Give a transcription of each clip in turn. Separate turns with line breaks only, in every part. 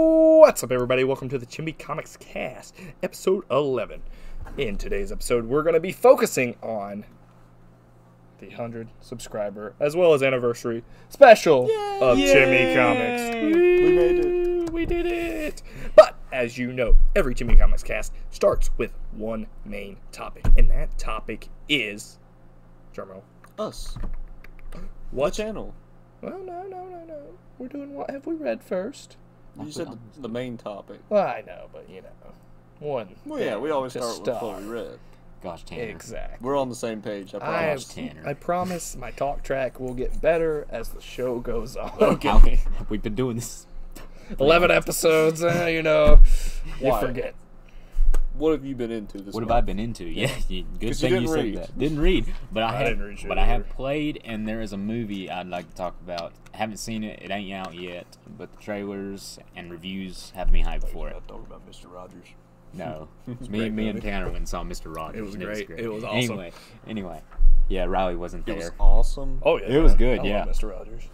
What's up, everybody? Welcome to the Chimby Comics Cast, episode 11. In today's episode, we're going to be focusing on the 100 subscriber as well as anniversary special of Chimmy Comics.
We made
it. We did it. But as you know, every Chimmy Comics Cast starts with one main topic, and that topic is. Drumroll.
Us.
What?
Channel.
Well, no, no, no, no. We're doing what have we read first?
You said the, the main topic.
Well, I know, but you know, one.
Well, yeah, we always
to
start with what
start.
we read.
Gosh, Tanner.
Exactly.
We're on the same page, I
I,
promise.
Tanner.
I promise my talk track will get better as the show goes on.
How- we've been doing this.
11 episodes, eh, you know. You
Why?
forget.
What have you been into this
What have I
month?
been into? Yeah, you, good
'Cause you
thing you,
didn't
said
read.
that. Didn't read, but I,
I
have,
didn't read shit
but I have
either.
played, and there is a movie I'd like to talk about. haven't seen it; it ain't out yet, but the trailers and reviews have me hyped for it.
Not talking about Mr. Rogers.
No,
great
me, me, and
movie.
Tanner went and saw Mr. Rogers.
It was
and
great. It was awesome.
Anyway, anyway, yeah, Riley wasn't
It
there.
was awesome.
Oh, yeah.
It was good,
I love
yeah.
Mr. Rogers.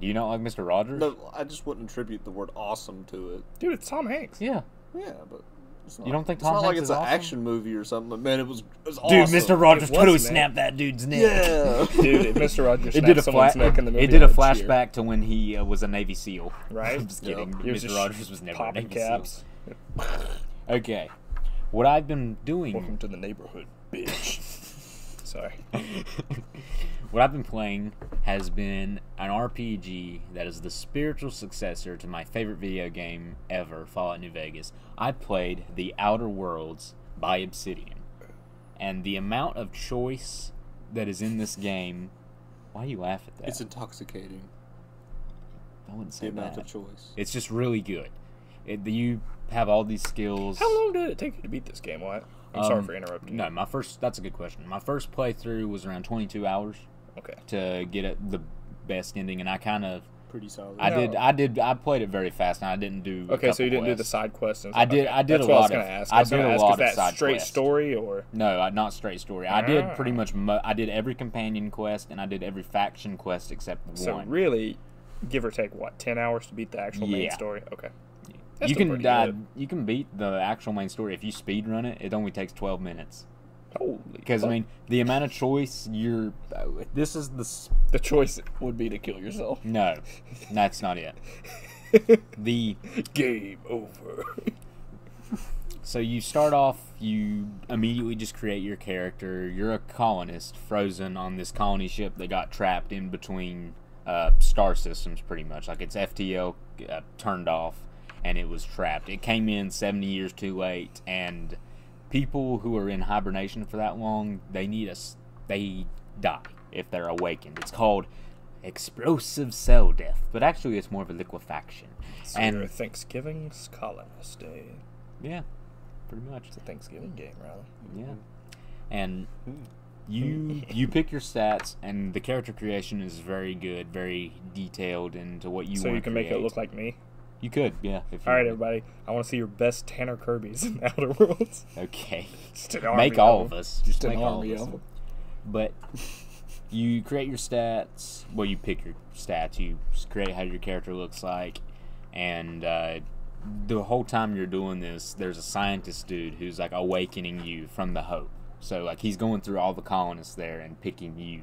Do you not like Mr. Rogers?
No, I just wouldn't attribute the word awesome to it.
Dude, it's Tom Hanks.
Yeah,
Yeah, but it's not,
You don't think
it's
Tom
not like
Hanks
it's
is
an
awesome?
action movie or something, but man, it was, it was
dude,
awesome.
Mr. Rogers
was,
totally
man.
snapped that dude's neck.
Yeah.
Dude, if Mr. Rogers
It did
snapped
a
someone's
flash.
neck in the movie.
It did
I
a
would cheer.
flashback to when he uh, was a Navy SEAL.
Right?
I'm just kidding.
He was
Mr.
just
Rogers was never a
Popping
Navy
caps.
SEAL. Okay. What I've been doing,
Welcome to the neighborhood, bitch. Sorry.
what I've been playing, has been an RPG that is the spiritual successor to my favorite video game ever, Fallout New Vegas. I played The Outer Worlds by Obsidian, and the amount of choice that is in this game. Why do you laugh at that?
It's intoxicating,
I wouldn't
the
say
amount of
that.
choice.
It's just really good. It, you have all these skills.
How long did it take you to beat this game, Wyatt? I'm sorry
Um,
for interrupting.
No, my first. That's a good question. My first playthrough was around 22 hours
Okay.
to get it, the best ending, and I kind of.
Pretty solid.
I
No.
did. I did. I played it very fast, and I didn't do. a
Okay, so
couple
you didn't do the
quests.
side quests. And
I did-
Okay.
I did
That's
a
what I was
lot
gonna
of-
ask.
I
was gonna
did a
ask,
lot
is
of
that
side
straight
quests.
story or
No, I, not straight story. I
Ah.
did pretty much. Mo- I did every companion quest, and I did every faction quest except
so
one.
really, give or take what ten hours to beat the actual main
Yeah.
story. Okay, That's
you
still
can
pretty
uh,
good.
you can beat the actual main story if you speed run it. It only takes 12 minutes.
Holy,
Because I
fuck.
mean, the amount of choice you're. uh, This is the s-
the choice would be to kill yourself.
no, that's not it. The
Game over.
So you start off, you immediately just create your character. You're a colonist frozen on this colony ship that got trapped in between uh, star systems, pretty much. Like its FTL uh, turned off and it was trapped. It came in 70 years too late, and people who are in hibernation for that long, they need us, they die if they're awakened. It's called explosive cell death, but actually it's more of a liquefaction.
So you're a
and
Thanksgiving's colonist day.
yeah, pretty much.
It's a Thanksgiving game, Riley.
Yeah. And you you pick your stats and the character creation is very good, very detailed into what you
so
want
you can make it look like me.
You could, yeah, if you
All right,
wanted.
everybody. I want to see your best Tanner Kirby's in Outer Worlds.
Okay.
Just an army
make all of
them.
us. Just
An
make all
army
of us.
them.
But you create your stats. Well, you pick your stats. You s- create how your character looks like, and uh, the whole time you're doing this, there's a scientist dude who's like awakening you from the hope. So like he's going through all the colonists there and picking you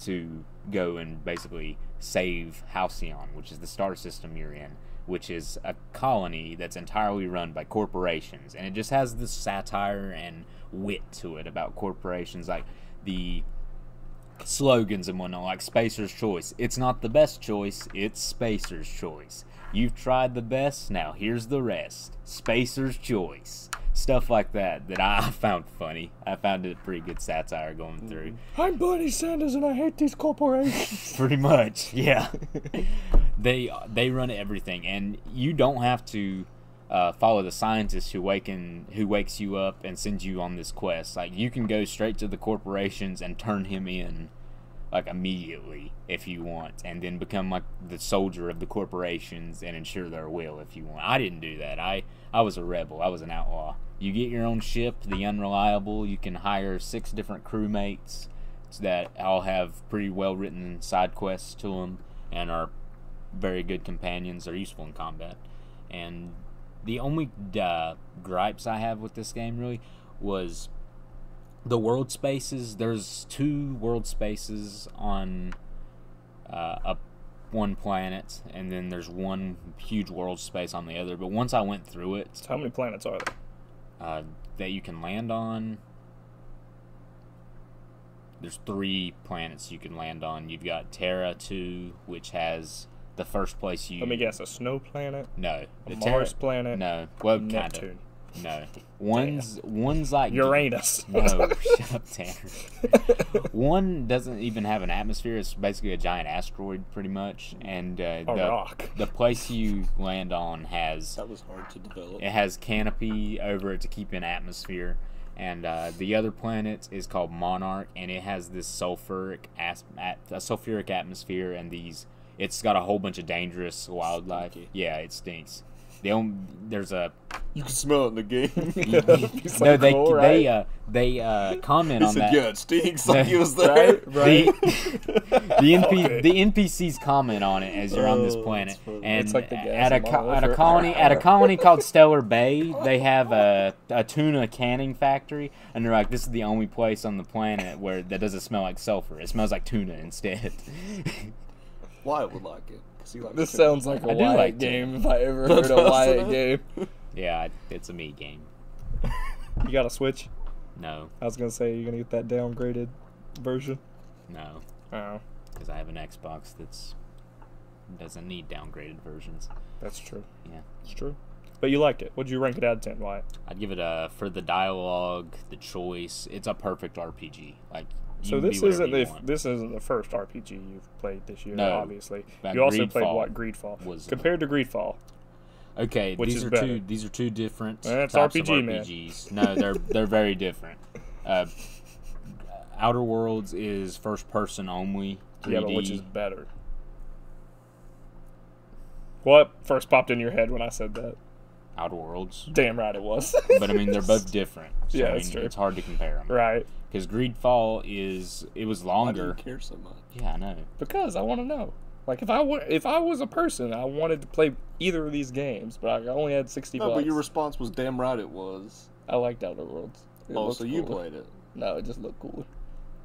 to go and basically save Halcyon, which is the star system you're in, which is a colony that's entirely run by corporations. And it just has this satire and wit to it about corporations, like the slogans and whatnot, like Spacer's Choice. It's not the best choice, it's Spacer's Choice. You've tried the best, now here's the rest. Spacer's Choice. Stuff like that that I found funny. I found it pretty good satire going through.
I'm Bernie Sanders, and I hate these corporations.
Pretty much, yeah. they they run everything, and you don't have to uh, follow the scientist who waken who wakes you up and sends you on this quest. Like you can go straight to the corporations and turn him in, like immediately if you want, and then become like the soldier of the corporations and ensure their will if you want. I didn't do that. I I was a rebel. I was an outlaw. You get your own ship, the Unreliable. You can hire six different crewmates that all have pretty well written side quests to them and are very good companions. They're useful in combat. And the only uh, gripes I have with this game really was the world spaces. There's two world spaces on uh, a one planet, and then there's one huge world space on the other. But once I went through it,
So how many planets are there?
uh, that you can land on. There's three planets you can land on. You've got Terra 2, which has the first place you.
Let me guess. A snow planet,
No.
a
The
Mars
Terra-
planet,
No. Well, kind of.
Neptune,
No. One's, one's like.
Uranus.
No, shut up, Tanner. One doesn't even have an atmosphere. It's basically a giant asteroid, pretty much. And uh,
a
the,
rock.
the place you land on has
That was hard to develop.
it has canopy over it to keep in atmosphere, and uh, the other planet is called Monarch, and it has this sulfuric as- at- a sulfuric atmosphere, and these. It's got a whole bunch of dangerous wildlife.
Stinky.
Yeah, it stinks. They on, there's a
You can smell it in the game.
He's
no.
like,
They
"All right."
they uh, they uh, comment
He
on
said,
that.
"Yeah, it stinks like he was there."
Right? Right?
The, the,
Okay.
NP, the NPCs comment on it as you're on this
Oh,
planet,
that's funny.
and
It's like the guys
at a
in
co-
Modern
at a
Warfare.
colony at a colony called Stellar Bay, they have a, a tuna canning factory, and they're like, this is the only place on the planet where that doesn't smell like sulfur. It smells like tuna instead.
Wyatt would like it because he likes.
This
it.
sounds like a
I do
Wyatt
like to.
game if I ever heard a Wyatt game.
yeah, I- it's a me game.
You got a Switch?
No,
I was gonna say you're gonna get that downgraded version.
no,
Oh,
because I have an Xbox that's doesn't need downgraded versions.
that's true.
Yeah.
it's true. But you liked it. What'd you rank it out of ten, Wyatt?
I'd give it a for the dialogue, the choice. It's a perfect RPG. Like you
So
can
this
be whatever
isn't
you
the
want.
this isn't the first RPG you've played this year,
No.
obviously.
Back-
you also played
Greedfall
what Greedfall
was-
compared to Greedfall.
okay.
which
these
is
are
better. Eh,
two. These are two different
That's
types
RPG,
of
man.
RPGs. No, they're they're very different. Uh, Outer Worlds is first person only. 3D.
Yeah, but which is better? What first popped in your head when I said that?
Outer Worlds?
Damn right it was.
But I mean, they're both different. So,
Yeah,
I mean,
that's true.
It's hard to compare them
right,
because Greedfall is it was
Why do you
longer.
care so much?
Yeah, I know.
because I want to know. Like if I were, if I was a person, I wanted to play either of these games, but I only had sixty
No,
bucks.
but your response was damn right. It was.
I liked Outer Worlds. It
oh,
looked
so you
cool.
played it.
No, it just looked cooler.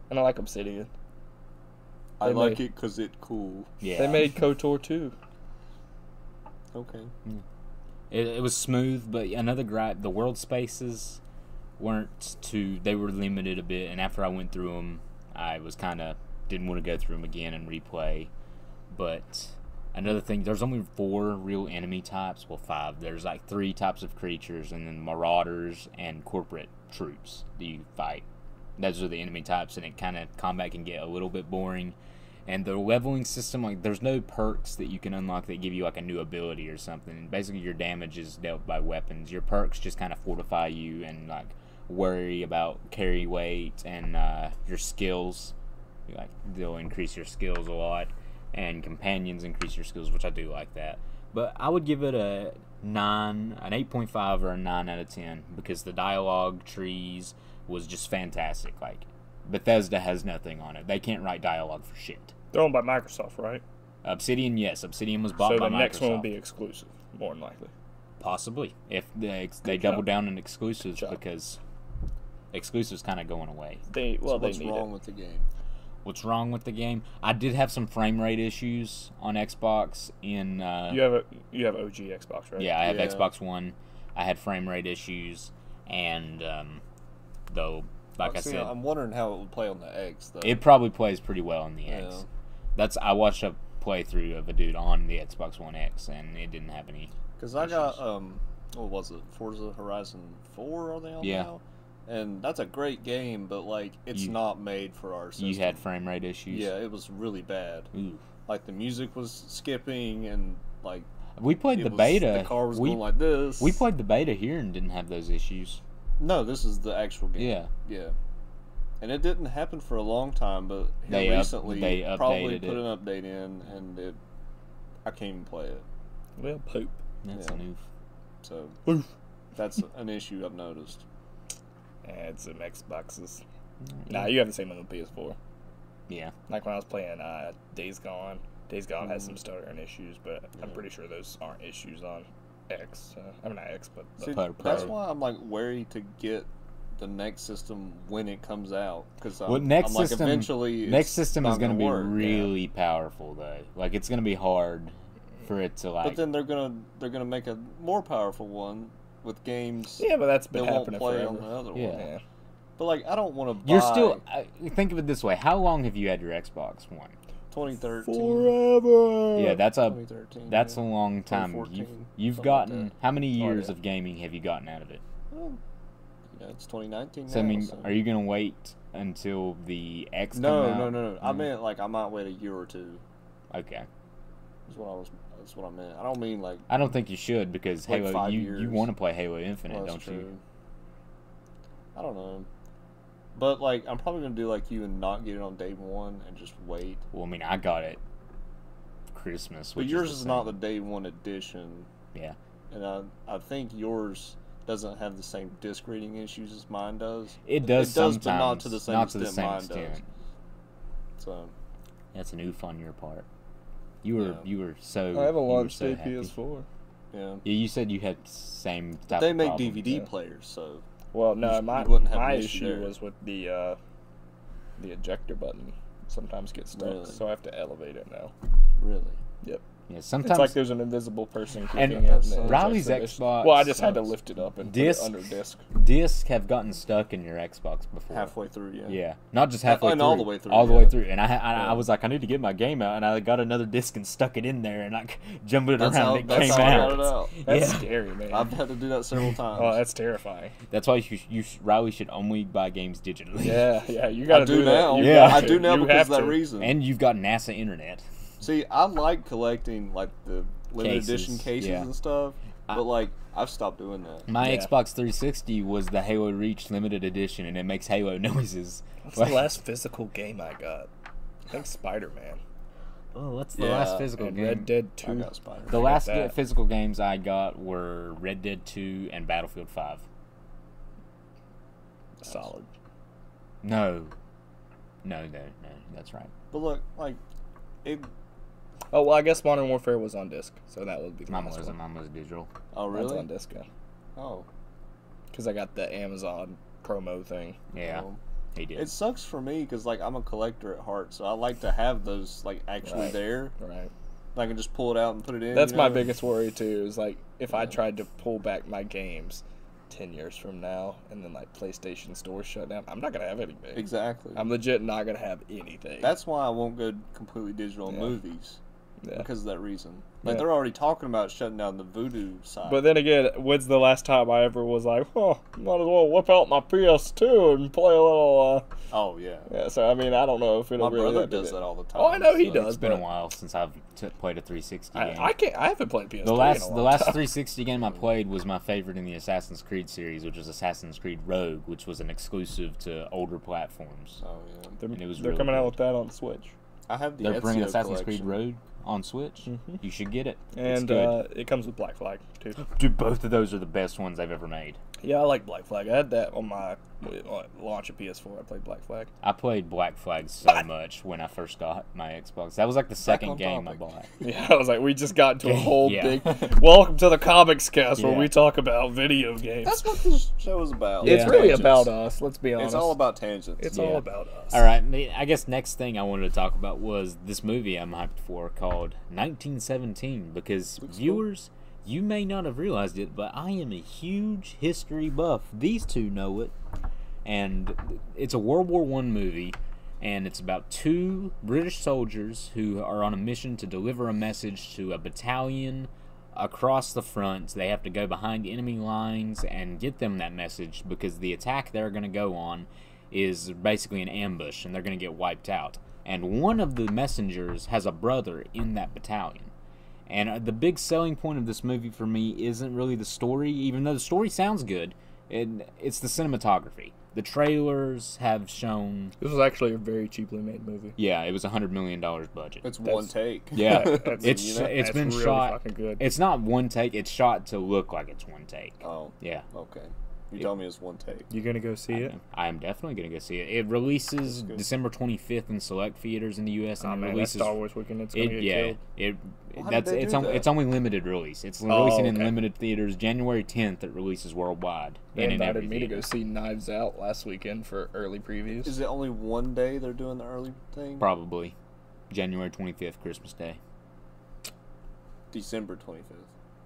And I like Obsidian.
I
They
like
made-
it because it cool.
Yeah,
They made KOTOR too.
Okay.
It, it was smooth, but another gripe: the world spaces weren't too. They were limited a bit, and after I went through them, I was kind of didn't want to go through them again and replay. But another thing, there's only four real enemy types. Well, five. There's like three types of creatures, and then marauders and corporate troops that you fight. Those are the enemy types, and it kind of combat can get a little bit boring. And the leveling system, like, there's no perks that you can unlock that give you like a new ability or something. And basically, your damage is dealt by weapons. Your perks just kind of fortify you and like worry about carry weight and uh, your skills. Like they'll increase your skills a lot, and companions increase your skills, which I do like that. But I would give it a nine, an eight point five or a nine out of ten because the dialogue trees was just fantastic. Like Bethesda has nothing on it; they can't write dialogue for shit.
They're owned by Microsoft, right?
Obsidian, yes, Obsidian was bought
so
by
the next one
Microsoft.
will be exclusive, more than likely.
Possibly, if they, ex- they double down on exclusives
job.
because exclusives kind of going away.
They well,
so what's
they need
wrong
it.
with the game?
What's wrong with the game? I did have some frame rate issues on Xbox. In uh,
You have a you have OG Xbox, right?
yeah, I have
Yeah.
Xbox One. I had frame rate issues, and um, though, like I
See,
said,
I'm wondering how it would play on the X though.
it probably plays pretty well on the
Yeah.
X. That's I watched a playthrough of a dude on the Xbox One X, and it didn't have any.
Because I got
issues.
um, what was it? Forza Horizon Four? Are they on
Yeah.
now? And that's a great game, but like it's
You-
not made for our system.
You had frame rate issues.
yeah, it was really bad.
Ooh.
Like the music was skipping, and like
We played
it
the
was-
beta.
The car was
we,
going like this.
we played the beta here and didn't have those issues.
No, this is the actual game.
Yeah.
Yeah. And it didn't happen for a long time, but here
They up-
recently
they
probably
updated
put
it.
an update in, and it, I can't even play it.
Well, poop.
That's
Yeah.
a new.
So
Oof.
that's an issue I've noticed.
It's some Xboxes. Nah, you haven't seen them on the PS4.
Yeah.
Like when I was playing uh, Days Gone, Days Gone has
Mm-hmm.
some stuttering issues, but I'm pretty sure those aren't issues on X. Uh, I mean, not X, but the
See,
Pro-
that's
Pro.
why I'm like wary to get the next system when it comes out because
Well, next
I'm like
system,
eventually it's
next system is
not
going to be
work, yeah.
really powerful though. Like it's going to be hard for it to like.
But then they're gonna they're gonna make a more powerful one with games
yeah, but that's
that
been
won't
happening
play on the
forever.
other
Yeah.
one.
Yeah.
But like I don't want to.
you're still I, think of it this way: How long have you had your Xbox One?
2013. Uh,
Forever.
yeah, that's a
2013.
that's a
yeah.
long time. You've
2014,
you've
something like
gotten
that.
how many
Oh,
years
yeah.
of gaming have you gotten out of it?
Well, yeah, it's 2019
So I
now,
mean,
so-
are you going to wait until the X?
No,
come
no,
out?
no, no. I
Mm.
meant like I might wait a year or two.
Okay,
Is what I was. That's what I meant. I don't mean like.
I don't think you should because
Like
Halo.
five
You you
years.
want to play Halo Infinite,
well,
don't
that's
you?
true. I don't know. But like, I'm probably gonna do like you and not get it on day one and just wait.
Well, I mean, I got it Christmas.
But
which
yours is,
the
not the
same.
day one edition,
yeah.
and I I think yours doesn't have the same disc reading issues as mine does.
It does,
It does,
sometimes,
but not to the same extent mine does. So
That's an oof on your part. You were
Yeah.
you were so.
I have a
you were
launch
so
day
happy.
PS4.
yeah,
Yeah, you said you had same. Type
they
of
make
problem.
DVD
yeah.
players, so
Well,
You
no,
sh-
my
you wouldn't have
my
an issue
issue
there.
was with the uh, the ejector button. Sometimes gets stuck,
Really?
so I have to elevate it now.
really.
Yep.
Yeah,
It's like
sometimes
there's an invisible person
And
kicking it. And
so-
it
Riley's
ejects the disc.
Xbox
Well, I just had to
sucks.
lift it up and
Disc-
put it under disc.
discs have gotten stuck in your Xbox before.
Halfway through, yeah.
Yeah, not just halfway
and
through,
all the way through,
all the
yeah.
way through. And I, I, I
Yeah.
was like, I need to get my game out, and I got another disc and stuck it in there, and I jumbled it
That's
around.
how,
and it
that's
came
how I
out.
got it out.
That's
Yeah.
scary, man.
I've had to do that several times.
Oh, that's terrifying.
That's why you, sh- you sh- Riley should only buy games digitally.
Yeah, yeah. You gotta
I do,
that.
now.
You
Yeah.
got
I
to.
do now
You
because
have
of that
to.
reason.
And you've got NASA internet.
See, I like collecting like the limited edition
Cases,
cases
yeah.
and stuff,
I- Mm,
but like I've stopped doing that.
My
Yeah.
Xbox 360 was the Halo Reach limited edition, and it makes Halo noises.
What's the last physical game I got? I think Spider Man
Oh, what's the
Yeah,
last physical
and
game?
Red Dead
I
Two.
got Spider.
the last
that.
physical games I got were Red Dead 2 and Battlefield 5.
Solid.
No, no, no, no. That's right.
But look, like it.
Oh well, I guess Modern Warfare was on disc, so that would be the
Mine
last
wasn't.
one.
Mine was digital.
Oh
Mine's
really?
on disc, yeah.
Oh,
Because I got the Amazon promo thing.
Yeah,
well,
he did.
It sucks for me because like I'm a collector at heart, so I like to have those like actually
Right.
there.
Right.
And I can just pull it out and uh, put it in.
That's
you
my
know?
biggest worry too. Is like if I tried to pull back my games ten years from now, and then like PlayStation Store shut down, I'm not gonna have anything.
Exactly.
I'm legit not gonna have anything.
That's why I won't go completely digital on
Yeah.
movies
Yeah.
because of that reason. Like
Yeah.
they're already talking about shutting down the voodoo side.
But then again, when's the last time I ever was like, oh, might as well whip out my PS2 and play a little? Uh...
oh yeah,
Yeah. So I mean, I don't know if it'll
my
really
brother
ever do
does
it.
that all the time.
Oh, I know he
so-
does.
it's been a
but
while since I've t- played a 360 game.
I, I can't. I haven't played PS2.
the last
in a
the
long
last
time.
360 game I played was my favorite in the Assassin's Creed series, which was Assassin's Creed Rogue, which was an exclusive to older platforms.
Oh yeah.
They're,
and it was
they're
really
coming out
good.
with that on Switch,
I have the
They're bringing
Ezio
Assassin's
collection.
Creed Rogue on Switch.
Mhm.
You should get it. it's
and
good.
uh, it comes with Black Flag too.
Dude, both of those are the best ones I've ever made.
Yeah, I like Black Flag. I had that on my on launch of PS4. I played Black Flag.
I played Black Flag so much when I first got my Xbox. That was like the second
on
game I
topic.
bought.
Yeah, I was like, we just got into a whole
Yeah.
big. Welcome to the comics cast where
Yeah.
we talk about video games.
That's what this show is about.
It's
Yeah.
really
Tangents.
about us. Let's be honest.
It's all about tangents.
It's
Yeah.
all about us.
All right, me- I guess next thing I wanted to talk about was this movie I'm hyped for called 1917 because
Looks cool.
viewers, you may not have realized it, but I am a huge history buff. These two know it, and it's a World War One movie, and it's about two British soldiers who are on a mission to deliver a message to a battalion across the front. They have to go behind enemy lines and get them that message because the attack they're going to go on is basically an ambush, and they're going to get wiped out. And one of the messengers has a brother in that battalion. And uh, the big selling point of this movie for me isn't really the story, even though the story sounds good. It, it's the cinematography. The trailers have shown.
This was actually a very cheaply made movie.
Yeah, it was a hundred million dollars budget.
It's one
That's-
take.
yeah,
That's-
it's
you know,
it's
that's
been
really
shot.
fucking good.
It's not one take. It's shot to look like it's one take.
Oh,
Yeah,
okay. You tell me it's one take.
You gonna go see it?
I am definitely gonna go see it. It releases
good.
December 25th in select theaters in the U.S. and
Oh
it
man, that's
releases
Star Wars weekend. It's gonna
It,
get
yeah,
killed.
it
Why did
that's
they
it's
do
on,
that?
it's only limited release. It's releasing in
Oh, okay.
limited theaters January 10th. It releases worldwide.
They
and in
invited
every
me to go
theater.
see Knives Out last weekend for early previews.
Is it only one day they're doing the early thing?
Probably January 25th, Christmas Day.
December 25th.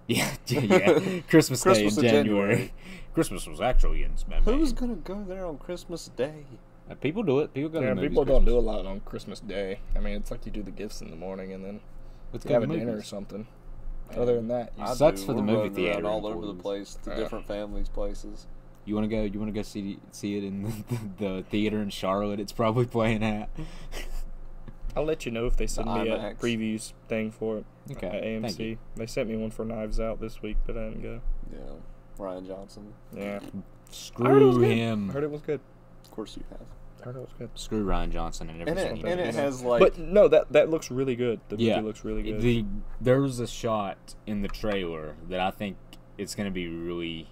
Yeah, yeah, yeah. Christmas Day in
Christmas in
January.
January.
Christmas was actually in
Who's
May.
gonna go there on Christmas Day?
Uh, people do it. People go
Yeah,
to the movies.
people don't do a lot on Christmas Day. I mean, it's like you do the gifts in the morning and then
Let's
you
go
have
to
a
the
dinner or
movies.
something. Other than that, you
I- Sucks for the
We're
movie
running around
theater
all over the
employees.
place, to
Yeah.
different families' places.
You want to go? You want to go see see it in the, the theater in Charlotte? It's probably playing at.
Uh, I'll let you know if they send me a
IMAX.
previews thing for it
Okay,
at
thank you.
AMC. They sent me one for Knives Out this week, but I didn't go.
Yeah, Ryan Johnson.
Yeah, heard it was
Screw
good.
him.
I heard it was good.
Of course you have.
I heard it was good.
Screw Ryan Johnson and
And
everything.
it,
he
and it
does.
has like
but no, that that looks really good. The
Yeah.
movie looks really good.
the there was a shot in the trailer that I think it's gonna be really,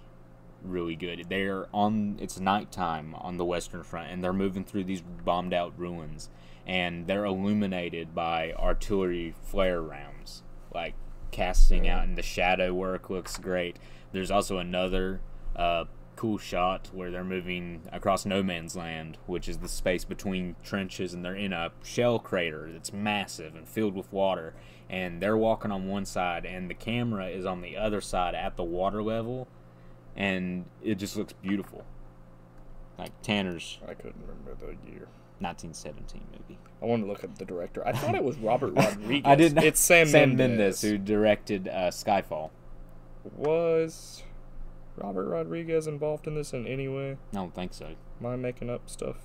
really good. They're on it's nighttime on the Western Front, and they're moving through these bombed out ruins, and they're illuminated by artillery flare rounds, like casting out, and the shadow work looks great. There's also another. Uh, Cool shot where they're moving across no man's land, which is the space between trenches, and they're in a shell crater that's massive and filled with water and they're walking on one side and the camera is on the other side at the water level and it just looks beautiful like tanner's
I couldn't remember the year.
1917 movie
I wanted to look up the director. I thought it was Robert Rodriguez.
i did not
It's Sam,
sam
Mendes.
mendes, who directed uh, skyfall
Was Robert Rodriguez involved in this in any way?
i don't think so
Am I making up stuff?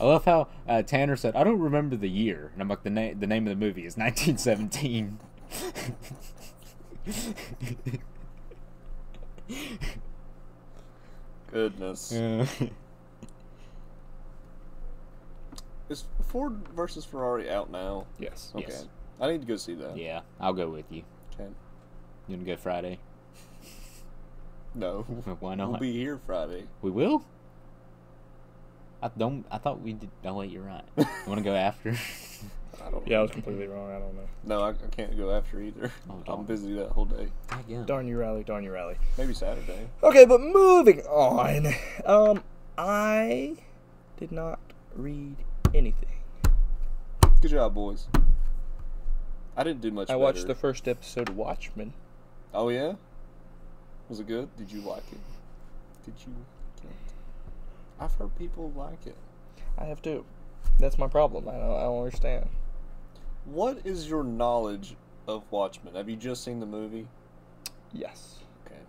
i love how uh, tanner said i don't remember the year and i'm like the, na- the name of the movie is 1917
goodness.
Yeah.
Is Ford versus Ferrari out now?
Yes.
Okay.
Yes.
I need to go see that.
yeah i'll go with you
Okay.
you want to go friday
No.
why not
We'll be here Friday.
We will. I don't. I thought we did. No, wait, you're right. You want to go after?
I don't
Yeah, I was completely wrong. I don't know.
No, I, I can't go after either.
Oh, darn.
I'm busy that whole day.
Again.
Darn you, Rally. Darn you, Rally.
Maybe Saturday.
Okay, but moving on. Um, I did not read anything.
Good job, boys. I didn't do much.
I
better.
watched the first episode of Watchmen.
Oh yeah. Was it good? Did you like it? Did you like it? I've heard people like it.
I have two. That's my problem. I don't, I don't understand.
What is your knowledge of Watchmen? Have you just seen the movie?
Yes.
Okay,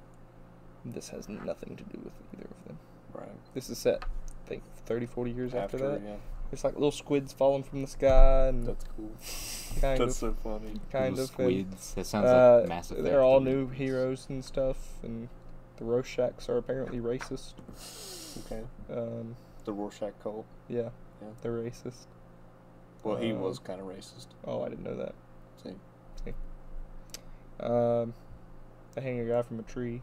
This has nothing to do with either of them.
right.
This is set, I think, 30, 40 years after, that.
yeah,
It's like little squids falling from the sky and
that's cool.
kind
that's
of,
so funny.
kind
Little
of. and,
squids. That sounds
uh,
like massive.
they're all new heroes and stuff, and the Rorschachs are apparently racist.
Okay,
Um,
the Rorschach cult.
yeah,
Yeah.
they're racist.
Well, he
Uh,
was kind of racist.
Oh, I didn't know that.
See,
Um, they hang a guy from a tree.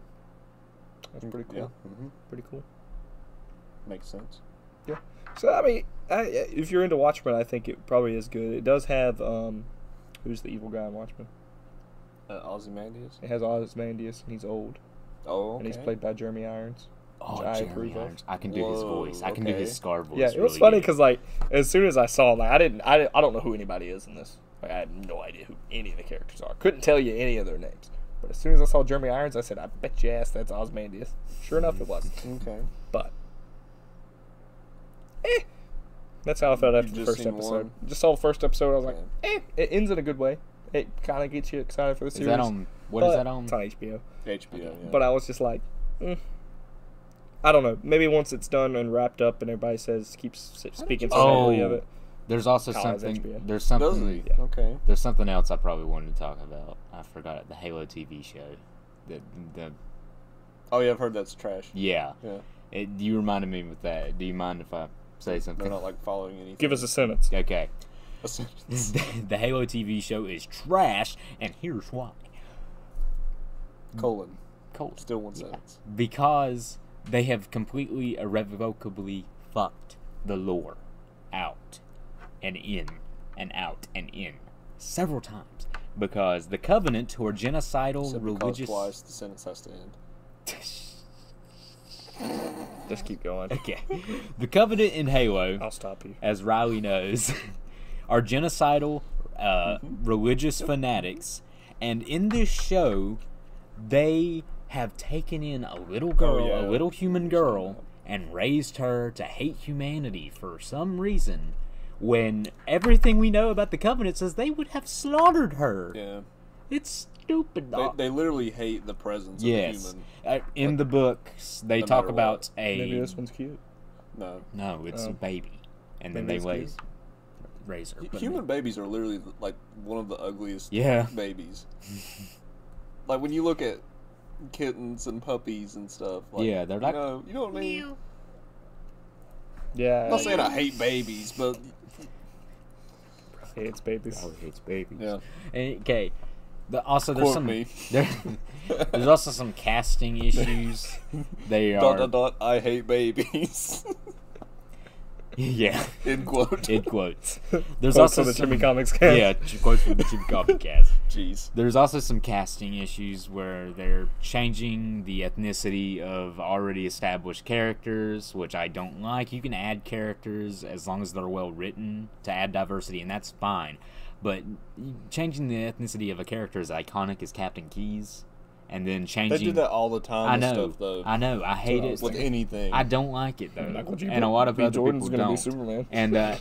That's pretty cool. Mm-hmm.
Yeah, hmm
Pretty cool.
makes sense.
So I mean, I, if you're into Watchmen, I think it probably is good. It does have um, who's the evil guy in Watchmen?
Uh, Ozymandias.
It has Ozymandias, and he's old,
Oh,
and he's
okay.
played by Jeremy Irons.
Oh,
which I
Jeremy
approve of.
Irons. I can do his
Whoa,
voice. I can do
okay.
his scar voice.
yeah, it was
really
funny
good.
because like as soon as I saw him, like, I didn't, I didn't, I don't know who anybody is in this. Like I had no idea who any of the characters are. Couldn't tell you any of their names. But as soon as I saw Jeremy Irons, I said, "I bet your ass that's Ozymandias." Sure enough, it was.
Okay.
But eh, that's how I felt
You
after the
just
first
seen
episode.
one?
Just saw the first episode. I was like, eh. It ends in a good way. It kind of gets you excited for the
Is
series.
that on? What is
but-
that on?
It's on HBO.
HBO. Yeah.
But I was just like, mm. I don't know. Maybe once it's done and wrapped up, and everybody says keeps s- speaking so
Oh.
favorably of it.
There's also
College
something.
HBO.
There's
does
something.
he?
um, yeah.
Okay.
There's something else I probably wanted to talk about. I forgot it. The Halo TV show. The the
Oh yeah, I've heard that's trash.
yeah.
Yeah.
It, you reminded me with that. Do you mind if I say
They're
something?
not like following anything.
Give us a sentence.
Okay.
us.
the Halo TV show is trash, and here's why.
colon.
Cold.
Still one
Yeah.
sentence.
Because They have completely irrevocably fucked the lore out and in and out and in several times because the Covenant, who are genocidal
Except because
religious.
twice the sentence has to end.
Just keep going.
okay. The Covenant in
Oh,
Halo.
I'll stop you.
as Riley knows, are genocidal uh, religious fanatics. And in this show, they have taken in a little girl,
Oh, yeah.
a little human girl, and raised her to hate humanity for some reason. When everything we know about the Covenant says they would have slaughtered her.
Yeah.
It's stupid.
They,
Ah.
dog.
they literally hate the presence
yes.
of a human.
Uh, in the books, they
No
talk
matter
about a.
Maybe this one's cute.
No.
No, it's
Oh.
a baby. And then
Maybe
they
it's
raise, raise her.
Hu-
but-
Human babies are literally like one of the ugliest
Yeah.
babies. like when you look at kittens and puppies and stuff. Like,
Yeah, they're
you
like-
know- you know what I mean.
Yeah.
I'm not saying I hate babies, but
He hates babies.
Oh, it's babies.
yeah,
Okay. The, also, there's
Quote
some.
me.
there- there's also some casting issues. They are.
dot dot dot. I hate babies.
Yeah.
End quote.
It quotes. There's
Quotes
also
from the
some,
Jimmy Comics cast.
Yeah, ch- quotes from the Jimmy Comics cast.
Jeez.
There's also some casting issues where they're changing the ethnicity of already established characters, which I don't like. You can add characters as long as they're well written to add diversity, and that's fine. But changing the ethnicity of a character as iconic as Captain Keys, and then
They
changing
do that all the time.
I
with
know.
Stuff, though. uh,
I know. I hate it.
With anything.
I don't like it though.
Michael G.
And a lot of
Michael
other
Jordan's
people
gonna be
don't.
Superman.
And uh,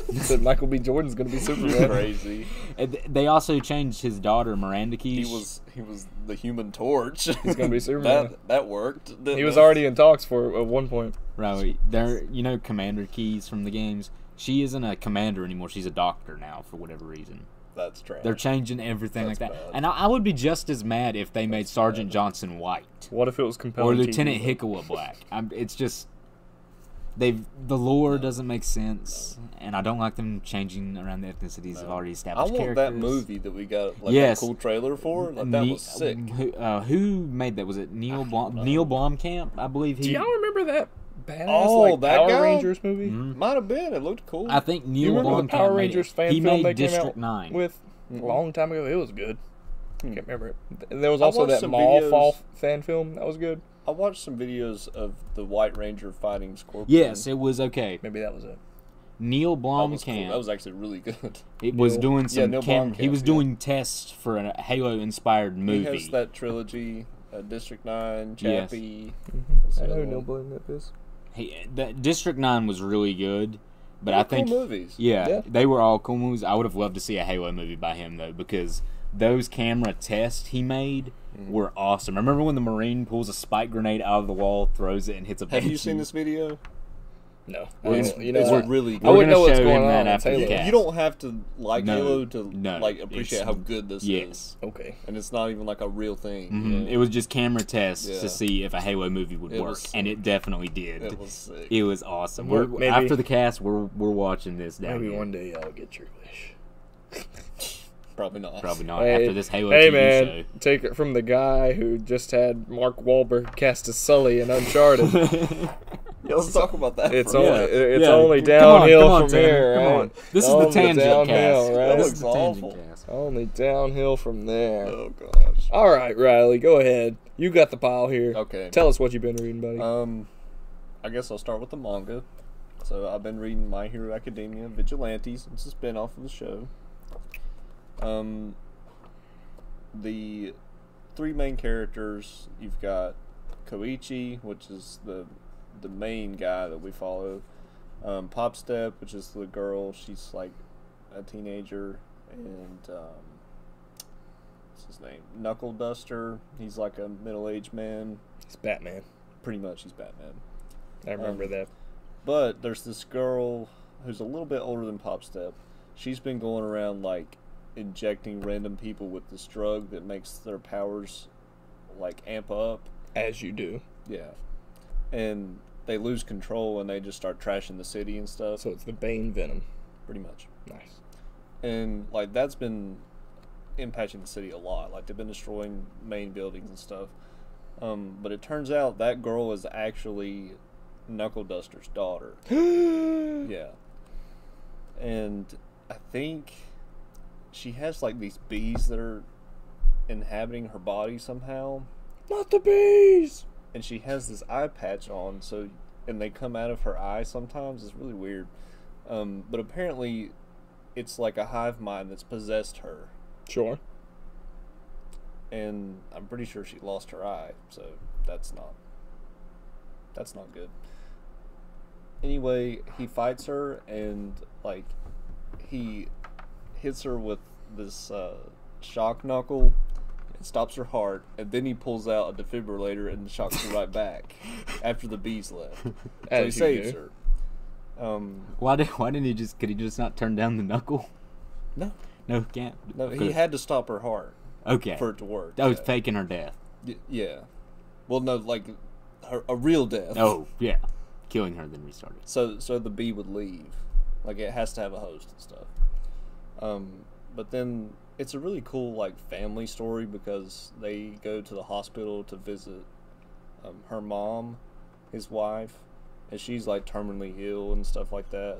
Said Michael B. Jordan's gonna be
You're
Superman.
crazy.
and they also changed his daughter Miranda
He
Keys.
was he was the Human Torch. He's
gonna be Superman.
that that worked.
he was already in talks for at one point.
Right, there. You know Commander Keys from the games. She isn't a commander anymore. She's a doctor now for whatever reason.
That's trash.
They're changing everything like
That's
that.
bad.
And I, I would be just as mad if they made Sergeant Johnson white
What if it was compelling?
or
TV?
Lieutenant Hickola black. I'm, it's just they've the lore doesn't make sense, and I don't like them changing around the ethnicities of already
I
established
want
characters.
that movie that we got like
Yes.
a cool trailer for. Like, that
Ne-
was sick.
Who, uh, who made that? Was it Neil Blom- Neil Blomkamp? I believe
Do
he.
y'all remember that badass
Oh,
like,
that
Power
guy?
Rangers movie?
Mm.
Might have been. It looked cool.
I think
You
Neil
remember
Blomkamp.
the Power
made it.
Rangers fan
he
film
made
they came
District
out
Nine.
with a long time ago? It was good. I can't remember it. And there was also
Mm. watched
that
some
Mall
videos-
Fall fan film that was good.
I watched some videos of the White Ranger fighting Scorpion.
yes, it was okay.
Maybe that was it.
Neil
Mm-hmm. that was, cool.
Blomkamp.
that was actually really good.
it was
Neil-
doing some.
Neil
cam- he
Blomkamp,
was
yeah.
doing tests for a Halo-inspired
He
movie.
has that trilogy, uh, District Nine,
Yes.
Chappie.
Mm-hmm. I
the
know
other
no
one?
blame that is.
He- that District Nine was really good, but I
They're
think
cool movies.
Yeah,
Yeah.
they were all cool movies. I would have loved to see a Halo movie by him though, because those camera tests he made
Mm-hmm.
were awesome. Remember when the Marine pulls a spike grenade out of the wall, throws it, and hits a
Have you
banshee?
seen this video?
No,
It's-
you know
it's
what?
really
I
We're
wouldn't
gonna
know what's
show
going
him that
on.
after the
Taylor.
cast.
You don't have to like
No,
Halo to
no,
like appreciate
it's-
how good this
Yes.
is,
Okay,
and it's not even like a real thing.
Mhm.
Yeah.
It was just camera tests
Yeah.
to see if a Halo movie would
It
work,
was
and it definitely did.
It was sick.
It was awesome.
Well,
We're,
maybe-
after the cast, we're we're watching this down
maybe
here.
one day I'll get your wish.
Probably not.
Probably not
Hey-
Uh, after this Halo
hey
TV
man,
show.
take it from the guy who just had Mark Wahlberg cast as Sully in Uncharted.
Yeah, let's talk about that.
It's
for a
only
minute.
it's
Yeah.
only
Come on,
downhill
come on,
from
Tanner,
here.
come
right?
on. This is the
Only
tangent
downhill,
cast.
right?
This
That
is the
looks
tangent
awful.
cast.
Only downhill from there.
Oh gosh.
All right, Riley, go ahead. You got the pile here.
Okay.
Tell us what you've been reading, buddy.
Um, I guess I'll start with the manga. So I've been reading My Hero Academia, Vigilantes. It's a spinoff of the show. Um, the three main characters you've got Koichi, which is the the main guy that we follow. Um, Pop Step, which is the girl. She's like a teenager, and um, what's his name? Knuckle Duster. He's like a middle aged man.
it's Batman.
Pretty much, he's Batman.
I remember
um,
that.
But there's this girl who's a little bit older than Pop Step. She's been going around like injecting random people with this drug that makes their powers like amp up.
As you do.
Yeah. And they lose control and they just start trashing the city and stuff.
So it's the Bane venom.
Pretty much.
Nice.
And like that's been impacting the city a lot. Like they've been destroying main buildings and stuff. Um, but it turns out that girl is actually Knuckle Duster's daughter. yeah. And I think she has like these bees that are inhabiting her body somehow.
Not the bees.
And she has this eye patch on, so and they come out of her eye sometimes. It's really weird. Um, but apparently it's like a hive mind that's possessed her.
Sure.
and I'm pretty sure she lost her eye, so that's not that's not good. Anyway, he fights her and like he hits her with this uh, shock knuckle and stops her heart, and then he pulls out a defibrillator and shocks her right back after the bees left. So
As
he
you
saves
do.
her. Um,
Why did Why didn't he just? Could he just not turn down the knuckle?
no,
No, can't.
no, he
Could've-
had to stop her heart
Okay.
for it to work.
that was
yeah.
faking her death.
Y- yeah. Well, no, like her, a real death.
Oh yeah, killing her then restarted.
So so the bee would leave. Like it has to have a host and stuff. Um, but then it's a really cool like family story because they go to the hospital to visit um, her mom, his wife, and she's like terminally ill and stuff like that.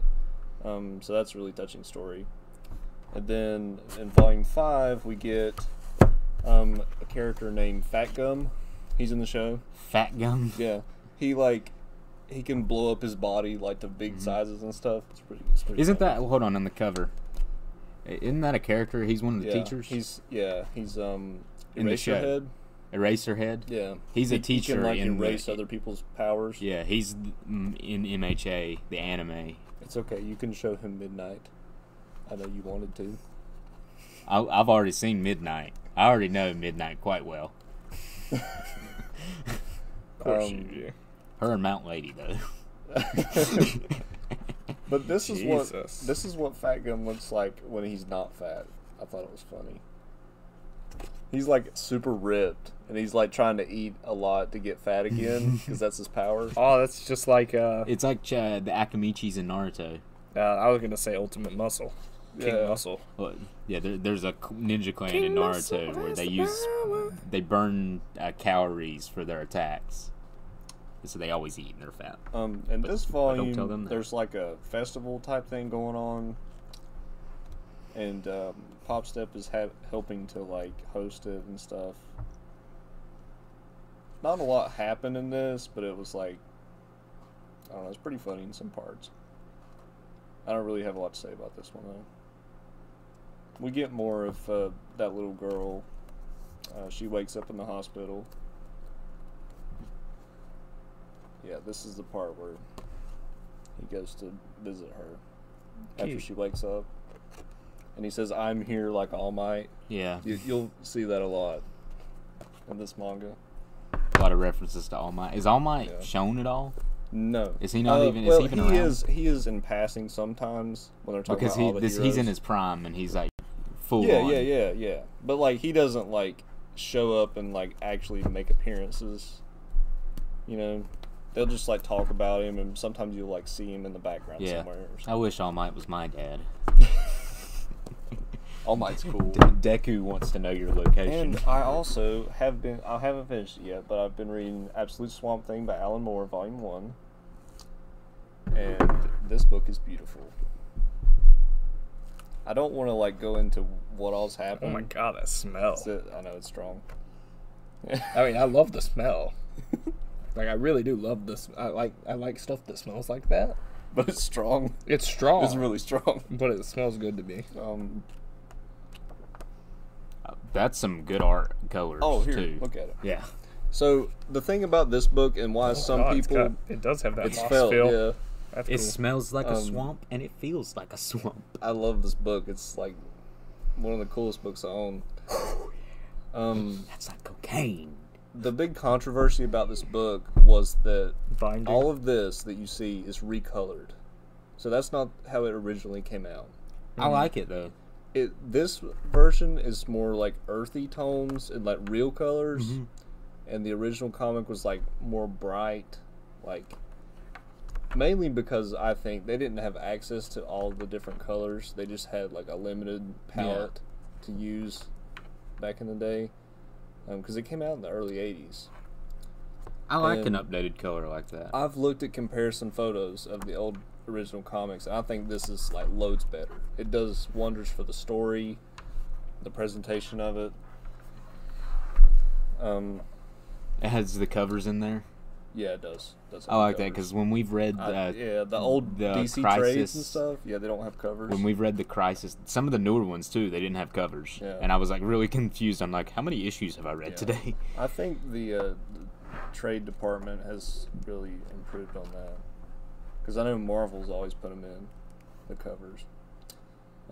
Um, so that's a really touching story. And then in volume five we get um, a character named Fat Gum. He's in the show.
Fat gum.
Yeah, he like he can blow up his body like to big sizes and stuff. Mm-hmm. It's pretty. It's pretty
Isn't
funny.
that hold on on the cover? I- Isn't that a character? He's one of the
yeah,
teachers.
He's yeah. He's um.
In the
Eraserhead.
show. Eraserhead.
Yeah.
He's a
He- he
teacher
can like
in the- e-
erase other people's powers.
Yeah, he's th- mm, in MHA, the anime.
It's okay. You can show him Midnight. I know you wanted to.
I, I've already seen Midnight. I already know Midnight quite well.
Of course
Um,
you do.
Her and Mount Lady though.
But this is what
Jesus.
this is what Fat Gum looks like when he's not fat. I thought it was funny. He's like super ripped, and he's like trying to eat a lot to get fat again because that's his power.
Oh, that's just like uh,
It's like uh, the Akamichis in Naruto.
uh, I was gonna say Ultimate Muscle, King
Yeah.
Muscle.
Well, yeah, there, there's a c- ninja clan in Naruto where they use they burn uh, calories for their attacks, so they always eat and they're fat.
Um, and this
tell
volume,
them that.
there's like a festival type thing going on, and um, Pop Step is ha- helping to like host it and stuff. Not a lot happened in this, but it was like, I don't know, it's pretty funny in some parts. I don't really have a lot to say about this one though. We get more of uh, that little girl. Uh, she wakes up in the hospital. Yeah, this is the part where he goes to visit her after
Cute.
she wakes up. And he says, I'm here like All Might.
Yeah,
You, you'll see that a lot in this manga.
a lot of references to All Might. Is All Might
Yeah.
shown at all?
No. Uh,
Is he not even- is he
well,
even
he
around?
Is, he is in passing sometimes when they're talking
Because
about
he
all the
this,
heroes.
he's in his prime and he's like full
Yeah,
on.
yeah, yeah, yeah. But like he doesn't like show up and like actually make appearances. You know, they'll just like talk about him, and sometimes you'll like see him in the background
Yeah.
somewhere. Or
I
something.
wish All Might was my dad.
All Might's cool.
Deku wants to know your location.
And I also have been I haven't finished it yet, but I've been reading Absolute Swamp Thing by Alan Moore, Volume One. And this book is beautiful. I don't want to like go into what all's
Oh
happened.
my god, that smell.
It's a- I know it's strong.
I mean, I love the smell. like I really do love this. I like I like stuff that smells like that.
But it's strong.
It's strong,
It's really strong.
but it smells good to me.
Um
That's some good art colors
oh here,
too.
look at it.
Yeah,
So the thing about this book and why some
Oh God, it's
people
got- it does have that
it's
moss
felt,
feel.
yeah.
That's
it
cool.
smells like a
Um,
swamp and it feels like a swamp.
I love this book. It's like one of the coolest books I own. Um
That's like cocaine.
the big controversy about this book was that
Binding.
all of this that you see is recolored. So that's not how it originally came out.
I like it though.
It this version is more like earthy tones and like real colors, and the original comic was like more bright, like mainly because I think they didn't have access to all the different colors. They just had like a limited palette Um, to use back in the day, because it came out in the early '80s.
I like an
And-
updated color like that.
I've looked at comparison photos of the old original comics, and I think this is like loads better. It does wonders for the story, the presentation of it. Um,
It has the covers in there.
yeah, it does. does
I
have
like that
covers.
because when we've read
I-
uh,
yeah, the old
the
DC trades and
Crisis-
stuff. Yeah, they don't have covers.
when we've read the crisis, some of the newer ones too, they didn't have covers,
Yeah.
and I was like really confused. I'm like, how many issues have I read
Yeah.
today?
I think the, uh, the trade department has really improved on that because I know Marvel's always put them in the covers.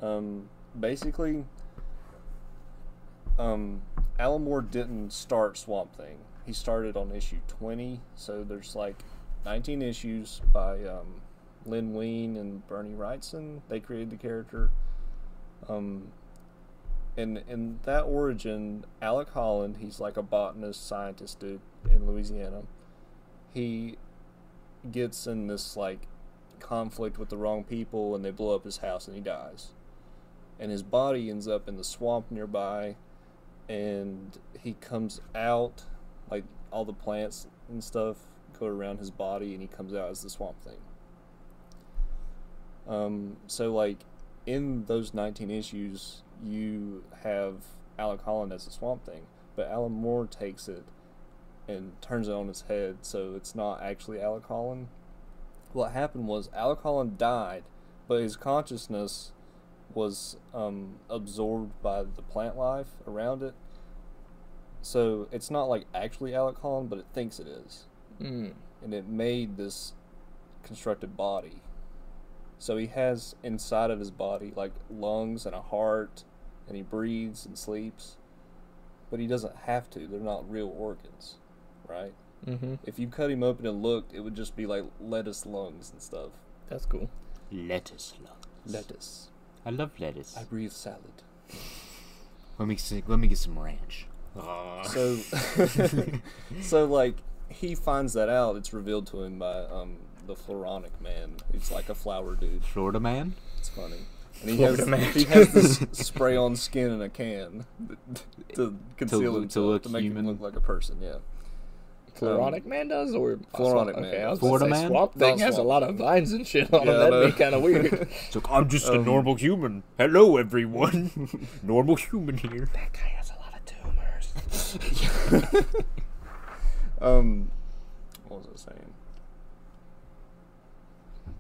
Um, basically, um, Alan Moore didn't start Swamp Thing. He started on issue twenty, so there's like nineteen issues by um, Lynn Wein and Bernie Wrightson. They created the character. Um, and in that origin, Alec Holland, he's like a botanist scientist dude in Louisiana. He gets in this like conflict with the wrong people and they blow up his house and he dies. And his body ends up in the swamp nearby and he comes out like all the plants and stuff go around his body and he comes out as the swamp thing. Um, so like in those 19 issues, you have Alec Holland as the Swamp Thing, but Alan Moore takes it and turns it on its head, so it's not actually Alec Holland. What happened was Alec Holland died, but his consciousness was um, absorbed by the plant life around it. So it's not like actually Alec Holland, but it thinks it is
Mm.
and it made this constructed body. So he has inside of his body like lungs and a heart, and he breathes and sleeps, but he doesn't have to. They're not real organs, right?
Mm-hmm.
If you cut him open and looked, it would just be like lettuce lungs and stuff.
That's cool.
Lettuce, love.
Lettuce.
I love lettuce.
I breathe salad.
Let me see, let me get some ranch.
So, so like he finds that out. It's revealed to him by um, the Floronic man. He's like a flower dude.
Florida man.
It's funny. And he
Florida
has,
man.
he has this spray on skin in a can to conceal
to
himself,
look
to make
human.
him look like a person, yeah.
Floronic Um, man does or
Floronic
okay,
man.
I was gonna
Florida
say
man?
Swamp
Not
thing has a
swamp
lot of vines and shit on
Yeah, I
it. That'd be
know.
kind of weird.
It's like I'm just a normal human. Hello, everyone. normal human here.
that guy has a lot of tumors.
Um, what was I saying?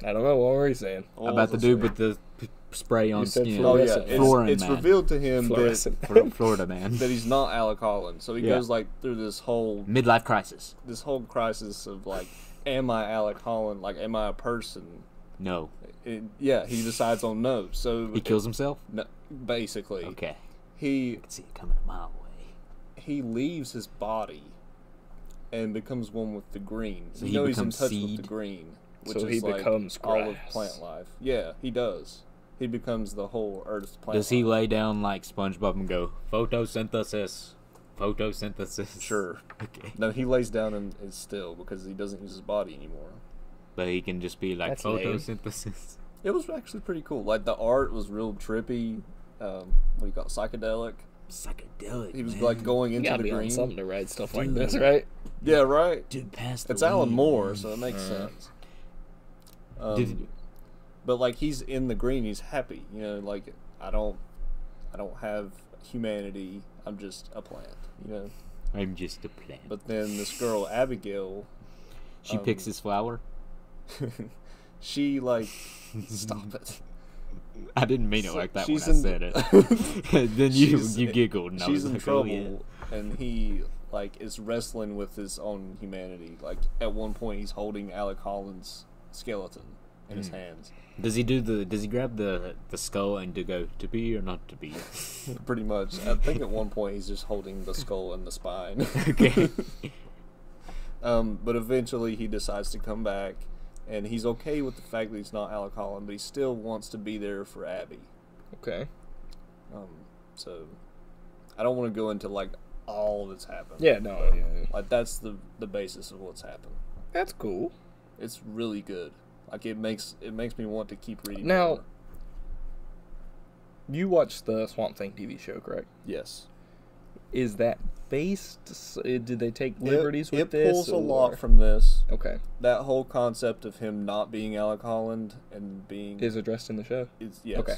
I don't know what were you saying.
What
About the
was I
dude
saying?
with the p- spray on
You said
skin.
Oh, yeah.
Fluorescent
It's,
Florin
it's
man.
revealed to him that,
Fluorescent.
Fro- Florida man.
that he's not Alec Holland. So he
Yeah.
goes, like, through this whole
Midlife crisis.
this whole crisis of, like, am I Alec Holland? Like, am I a person?
No,
It, yeah, he decides on no. So,
he kills himself.
no, basically,
Okay,
he
see it coming a mile away.
he leaves his body and becomes one with the green.
So
you
he
know he's in
becomes
touch with
seed?
the green, which
So
is
he
like
becomes
all of
grass.
plant life. Yeah, he does. He becomes the whole Earth's plant.
Does he
life.
lay down like SpongeBob and go photosynthesis? Photosynthesis.
Sure.
Okay.
No, he lays down and is still because he doesn't use his body anymore.
But he can just be like
That's lame.
photosynthesis.
It was actually pretty cool. Like the art was real trippy. Um, what do you call it? Psychedelic.
Psychedelic.
He was
man.
like going
You
into
gotta
the
be on something
green.
to write stuff like this, right?
Yeah, right.
dude past.
It's Alan Moore, so it makes sense. Um,
Uh-huh. Did,
but like he's in the green he's happy you know like i don't i don't have humanity i'm just a plant you know
I'm just a plant.
but then this girl abigail
she
um,
picks his flower.
she like stop it
I didn't mean it
so
like that when
she's
I
in-
said it. then you
She's-
you giggled. And I was
she's in
like, oh,
trouble
yeah.
and he like is wrestling with his own humanity like at one point he's holding alec holland's skeleton in
Hmm.
his hands
Does he do the? Does he grab the the skull and do go to be or not to be?
pretty much i think at one point he's just holding the skull and the spine
okay.
Um, but eventually he decides to come back, and he's okay with the fact that he's not Alec Holland, but he still wants to be there for Abby.
Okay.
Um, so I don't want to go into like all that's happened.
Yeah, no,
But,
yeah, yeah.
like that's the the basis of what's happened.
That's cool.
It's really good. Like it makes it makes me want to keep reading.
Now-
more.
You watched the Swamp Thing TV show, correct?
yes,
Is that based? s- uh, Did they take liberties
it,
with
it
this?
pulls a
or-
lot from this.
Okay,
That whole concept of him not being Alec Holland and being
is addressed in the show.
It's yes.
Okay.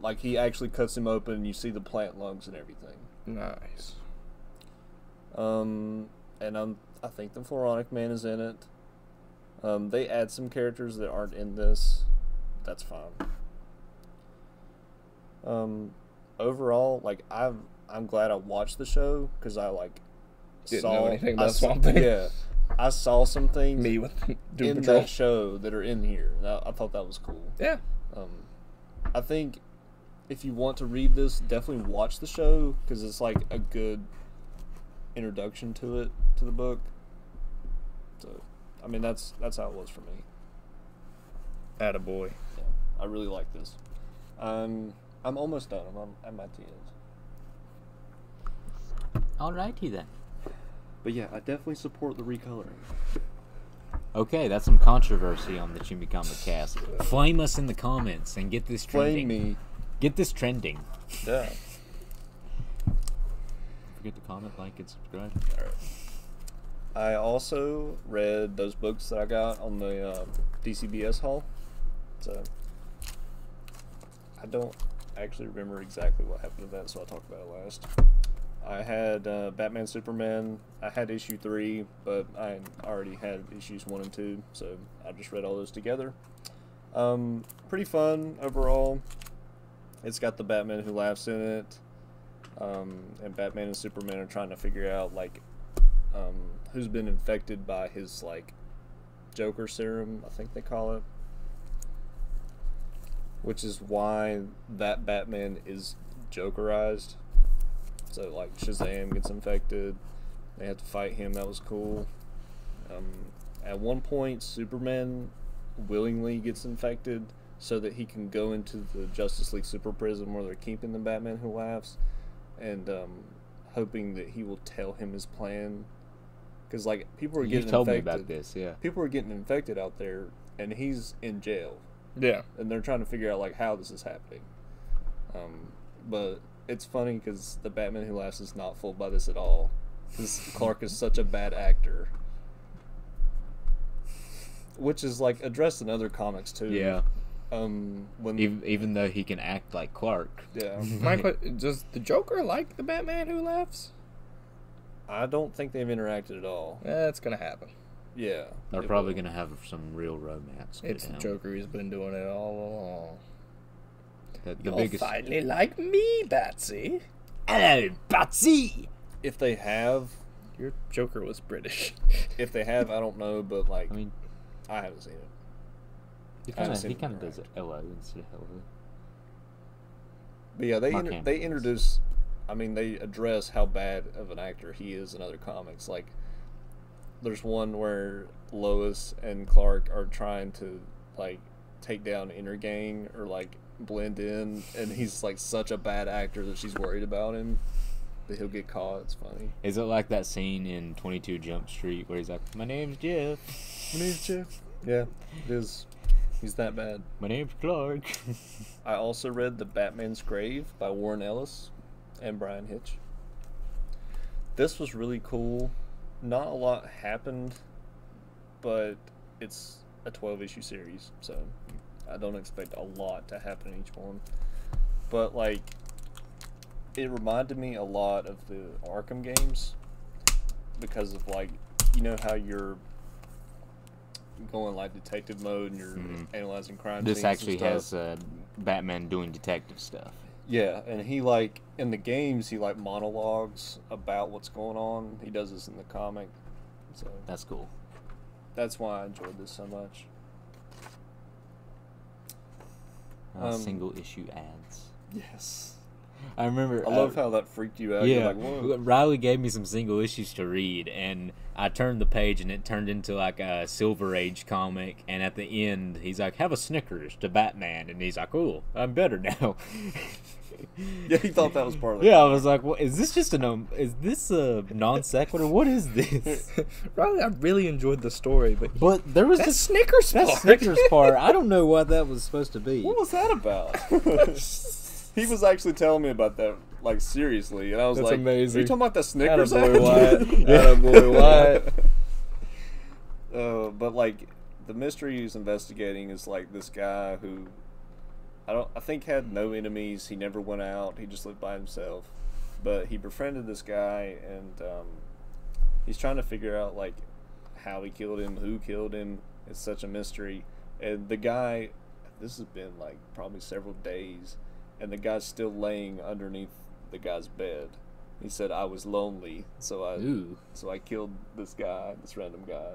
Like he actually cuts him open. and You see the plant lungs and everything.
Nice.
Um, and I'm I think the Floronic Man is in it. Um, they add some characters that aren't in this. That's fine. Um, overall, like I've I'm glad I watched the show because I like
Didn't
saw
know anything
I
about
saw-
Swamp Thing.
Yeah, I saw some things
Me with Doom
in
Patrol.
that show that are in here. and I, I thought that was cool.
yeah.
Um, I think if you want to read this, definitely watch the show because it's like a good introduction to it to the book. So, I mean, that's that's how it was for me.
Attaboy.
Yeah, I really like this. Um, I'm almost done. I'm, on- I'm at the end.
Alrighty then.
But yeah, I definitely support the recoloring.
Okay, that's some controversy on the Chimicama cast. Flame us in the comments and get this trending.
Flame me.
Get this trending.
Yeah.
Forget to comment, like, and subscribe.
I also read those books that I got on the uh, DCBS haul. So I don't actually remember exactly what happened to that, so I'll talk about it last. I had uh, Batman Superman. I had issue three, but I already had issues one and two, so I just read all those together. Um, pretty fun overall. It's got the Batman who laughs in it, um, and Batman and Superman are trying to figure out like um, who's been infected by his like Joker serum, I think they call it, which is why that Batman is Jokerized. So like Shazam gets infected, they have to fight him. That was cool. Um, at one point, Superman willingly gets infected so that he can go into the Justice League super prison where they're keeping the Batman who laughs, and um, hoping that he will tell him his plan. Because like people are
You
getting
told me
infected
about this, yeah.
people are getting infected out there and he's in jail
Yeah.
and they're trying to figure out like how this is happening um, but it's funny because the batman who laughs is not fooled by this at all because clark is such a bad actor which is like addressed in other comics too
Yeah.
um when
Even, even though he can act like Clark.
yeah
My que- does the Joker like the Batman who laughs?
i don't think they've interacted at all
That's gonna happen.
yeah
They're
it
probably
will.
going to have some real romance. go
It's the
down.
Joker who's been doing it all along.
The, the
You'll
biggest.
finally like me, Batsy.
Hello, Batsy!
if they have
Your Joker was British.
if they have i don't know but like
I mean,
i haven't seen it
he
I haven't
kinda-
seen
he
him
kind of
interact.
does it hello instead of hello.
But yeah, they
Mark
inter-
Hamill
they
is.
introduce, I mean, they address how bad of an actor he is in other comics. Like, there's one where Lois and Clark are trying to like take down Inner Gang or like blend in, and he's like such a bad actor that she's worried about him that he'll get caught. It's funny.
Is it like that scene in 22 Jump Street where he's like, My name's Jeff.
Yeah, it is. He's that bad.
My name's Clark.
I also read The Batman's Grave by Warren Ellis and Brian Hitch. This was really cool. Not a lot happened, but it's a 12 issue series, so I don't expect a lot to happen in each one. But, like, it reminded me a lot of the Arkham games because of, like, you know how you're going, like, detective mode and you're
Mhm.
analyzing crime
this
scenes and
actually
stuff?
has uh, Batman doing detective stuff.
Yeah, and he like in the games he like monologues about what's going on. He does this in the comic, so
That's cool.
that's why I enjoyed this so much.
Uh,
Um,
single issue ads.
Yes,
I remember.
I
uh,
love how that freaked you out.
Yeah,
You're like, Whoa.
Riley gave me some single issues to read, and I turned the page, and it turned into like a Silver Age comic. And at the end, he's like, "Have a Snickers" to Batman, and he's like, "Cool, I'm better now."
yeah, he thought that was part of it.
yeah, I was like, "What is this? Just a no? Is this a non sequitur? What is this?"
Riley, I really enjoyed the story, but
But there was
that
this
Snickers
that
part.
Snickers part. I don't know what that was supposed to be.
What was that about? he was actually telling me about that, like seriously, and I was
That's
like, "Are
amazing.
you talking about the Snickers?"
Attaboy, Wyatt.
ad?"
Attaboy, Wyatt.
Uh, but like, the mystery he's investigating is like this guy who, I don't, I think had no enemies. He never went out. He just lived by himself. But he befriended this guy, and um, he's trying to figure out like how he killed him, who killed him. It's such a mystery. And the guy, this has been like probably several days, and the guy's still laying underneath the guy's bed. He said, "I was lonely, so I
Ooh.
so I killed this guy, this random guy."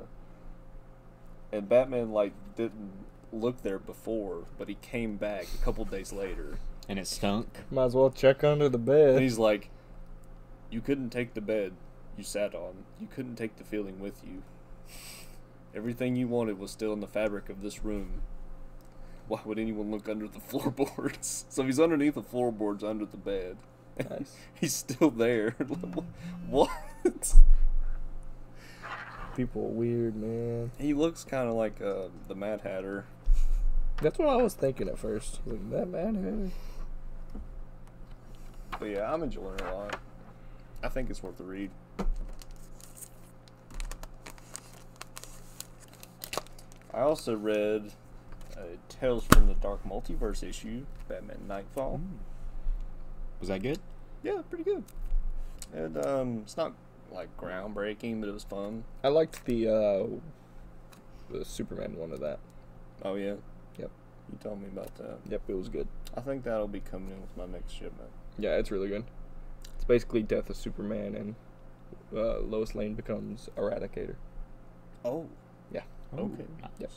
And Batman like didn't look there before, but he came back a couple days later,
And it stunk.
Might as well check under the
and
bed.
he's like, "You couldn't take the bed you sat on. You couldn't take the feeling with you. Everything you wanted was still in the fabric of this room. Why would anyone look under the floorboards?" So he's underneath the floorboards under the bed.
Nice.
He's still there. what?
People are weird, man.
He looks kind of like uh, the Mad Hatter.
That's what I was thinking at first. I was like, that man.
But yeah, I'm enjoying it a lot. I think it's worth the read. I also read uh, Tales from the Dark Multiverse issue, Batman Nightfall.
Was that good?
Yeah, pretty good. And um, it's not like groundbreaking, but it was fun.
I liked the uh, the Superman one of that.
Oh yeah.
Yep.
You told me about that.
Yep, it was good.
I think that'll be coming in with my next shipment.
Yeah, it's really good. It's basically Death of Superman and uh, Lois Lane becomes Eradicator.
Oh.
Yeah.
Okay.
Yes.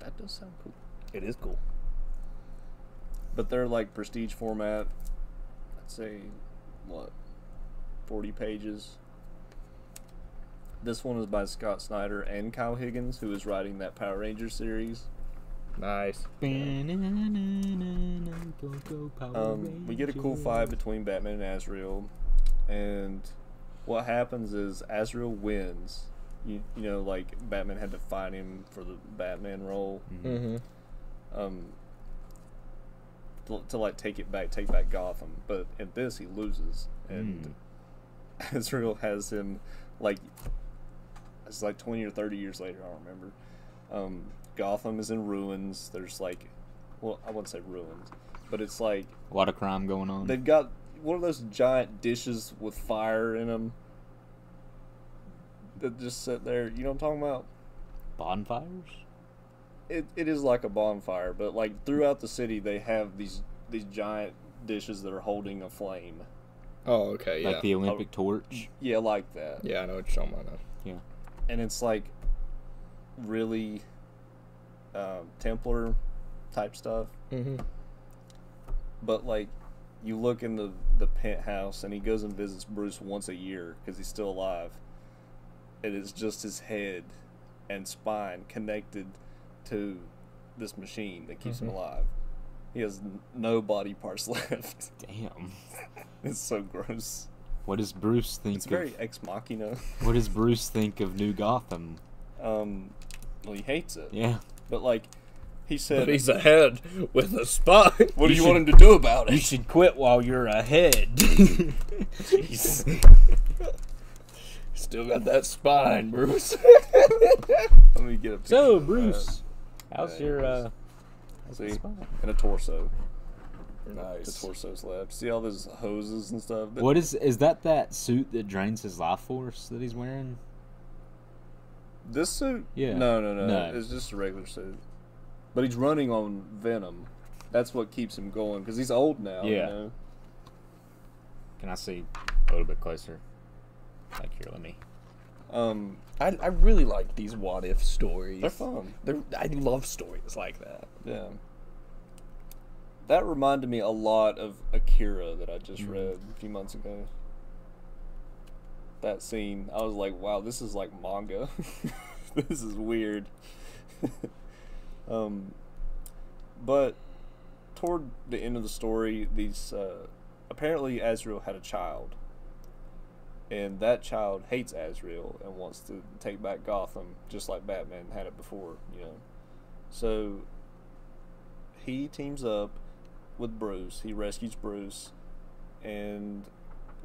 That does sound cool.
It is cool.
But they're like prestige format. I'd say, what, 40 pages. This one is by Scott Snyder and Kyle Higgins, who is writing that Power Ranger series.
Nice.
Um, we get a cool fight between Batman and Azrael, and what happens is Azrael wins. You, you know, like Batman had to fight him for the Batman role.
Mm-hmm.
um, to, to like take it back, take back Gotham. But in this, he loses,
Hmm.
and Israel has him like it's like twenty or thirty years later. I don't remember. Um, Gotham is in ruins. There's like, well, I wouldn't say ruins, but it's like
A lot of crime going on.
they've got one of those giant dishes with fire in them that just sit there. You know what I'm talking about?
Bonfires?
it, it is like a bonfire, but like throughout the city, they have these these giant dishes that are holding a flame.
Oh, okay. Yeah.
Like the Olympic torch?
Yeah, like that.
yeah, I know what you're talking about now.
And it's like really um, Templar type stuff.
Mm-hmm.
But like you look in the the penthouse, and he goes and visits Bruce once a year because he's still alive. And it's just his head and spine connected to this machine that keeps him
Mm-hmm.
alive. He has n- no body parts left.
Damn.
It's so gross.
What does Bruce think
It's
of
very ex machina.
What does Bruce think of New Gotham?
Um, well, he hates it.
Yeah.
But like, he said,
But he's a head with a spine.
"What do
you
you want him to do about it?"
should quit while you're ahead. Jeez.
Still got that spine, Bruce. Oh,
Let me get a picture
So,
of that.
Bruce, how's your uh how's
See,
the spot?
and a torso. The
nice.
torso's left. See all those hoses and stuff. That-
What is is that that suit that drains his life force that he's wearing?
This suit?
Yeah.
No, no, no,
No.
It's just a regular suit. But he's running on venom. That's what keeps him going because he's old now. you
Yeah.
know?
Can I see a little bit closer? Like here, let me.
Um,
I, I really like these what if stories.
they're fun.
They're, I love stories like that.
Yeah. That reminded me a lot of Akira that I
Mm-hmm.
just read a few months ago. That scene, I was like, wow, this is like manga. this is weird. um, but toward the end of the story, these uh, apparently Azrael had a child. And that child hates Azrael and wants to take back Gotham just like Batman had it before, you know. So he teams up with Bruce. He rescues Bruce, and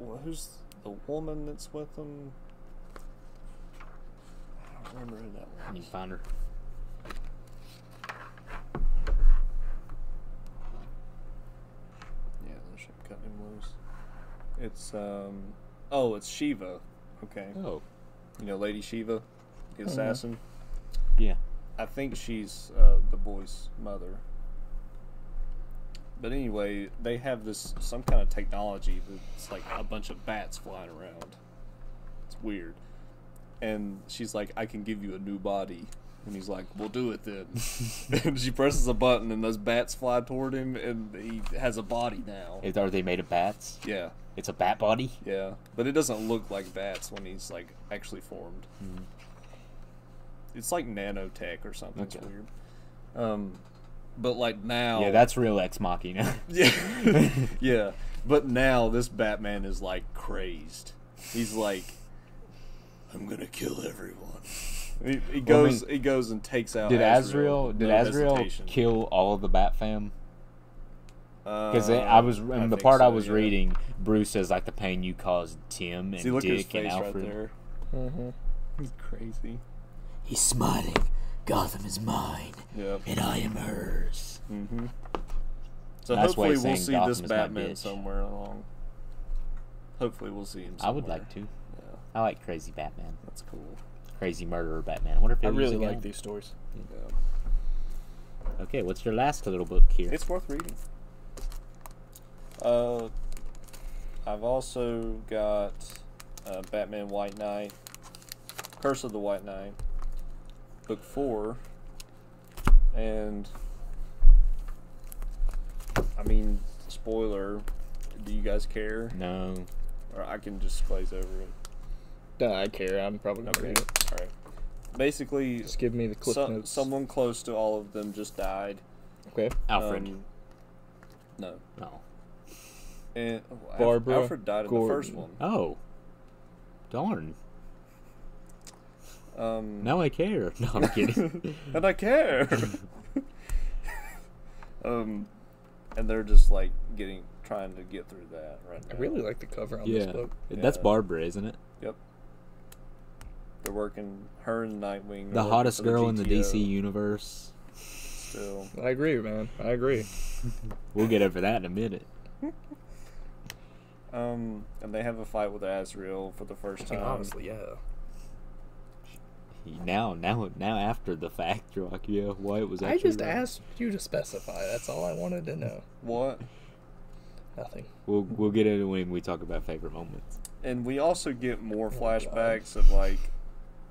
well, who's the woman that's with him? I don't remember who that was.
You can find her.
Yeah, that should cut him loose. It's um, oh, it's Shiva. Okay,
Oh,
you know Lady Shiva, the assassin.
yeah.
I think she's uh, the boy's mother. But anyway, they have this some kind of technology that's like a bunch of bats flying around. It's weird. And she's like, I can give you a new body. And he's like, We'll do it then. and she presses a button, and those bats fly toward him, and he has a body now.
It, are they made of bats?
yeah,
It's a bat body.
yeah. But it doesn't look like bats when he's like actually formed.
Hmm.
It's like nanotech or something. It's
Okay.
weird. Um, but like now,
Yeah, that's real ex machina.
yeah, yeah. But now this Batman is like crazed. He's like, I'm gonna kill everyone. He, he
Well, I
goes, he goes and takes out.
Did
Azrael.
Azrael? Did
no
Azrael
hesitation.
kill all of the bat fam? Because
Uh,
I was in the
think
part I
so,
was
yeah.
reading. Bruce says like the pain you caused Tim and
See, look at his
Dick and
face right
Alfred.
there. Mm-hmm. He's crazy.
He's smiling. Gotham is mine,
Yeah.
and I am hers.
So
That's why
hopefully
he's
we'll
saying
see
Gotham
this
is my
Batman
bitch.
somewhere along. Hopefully we'll see him.
I
Somewhere.
would like to.
Yeah,
I like crazy Batman,
that's cool.
crazy murderer Batman. I wonder if
I
he'll use
really
it
like
again.
these stories.
Yeah.
Okay, what's your last little book here?
It's worth reading. Uh, I've also got uh, Batman White Knight, Curse of the White Knight, Book 4, and I mean, spoiler, do you guys care?
No,
Or I can just glaze over it.
No, I care. I'm probably not reading it.
Alright. Basically,
Just give me the clip
so,
notes.
someone close to all of them just died.
okay.
Alfred.
Um, no.
no.
And, oh, Alf-
Barbara
Alfred died in the first
Gordon.
one.
Oh, darn.
Um,
Now I care. No, I'm kidding.
and I care. um, and they're just like getting trying to get through that right
I
now.
really like the cover on this
yeah.
book.
that's
Yeah.
Barbara, isn't it?
Yep. They're working. Her and Nightwing. are
The
working
hottest
for the
girl in the
GTO
DC universe.
Still,
I agree, man. I agree.
We'll get over that in a minute.
um, and they have a fight with Azrael for the first time.
honestly, yeah.
Now, now, now, after the fact, you're like, yeah, why it was
I
actually
just
wrong.
asked you to specify. That's all I wanted to know.
what?
Nothing.
We'll we'll get into when we talk about favorite moments.
And we also get more
God.
flashbacks of like,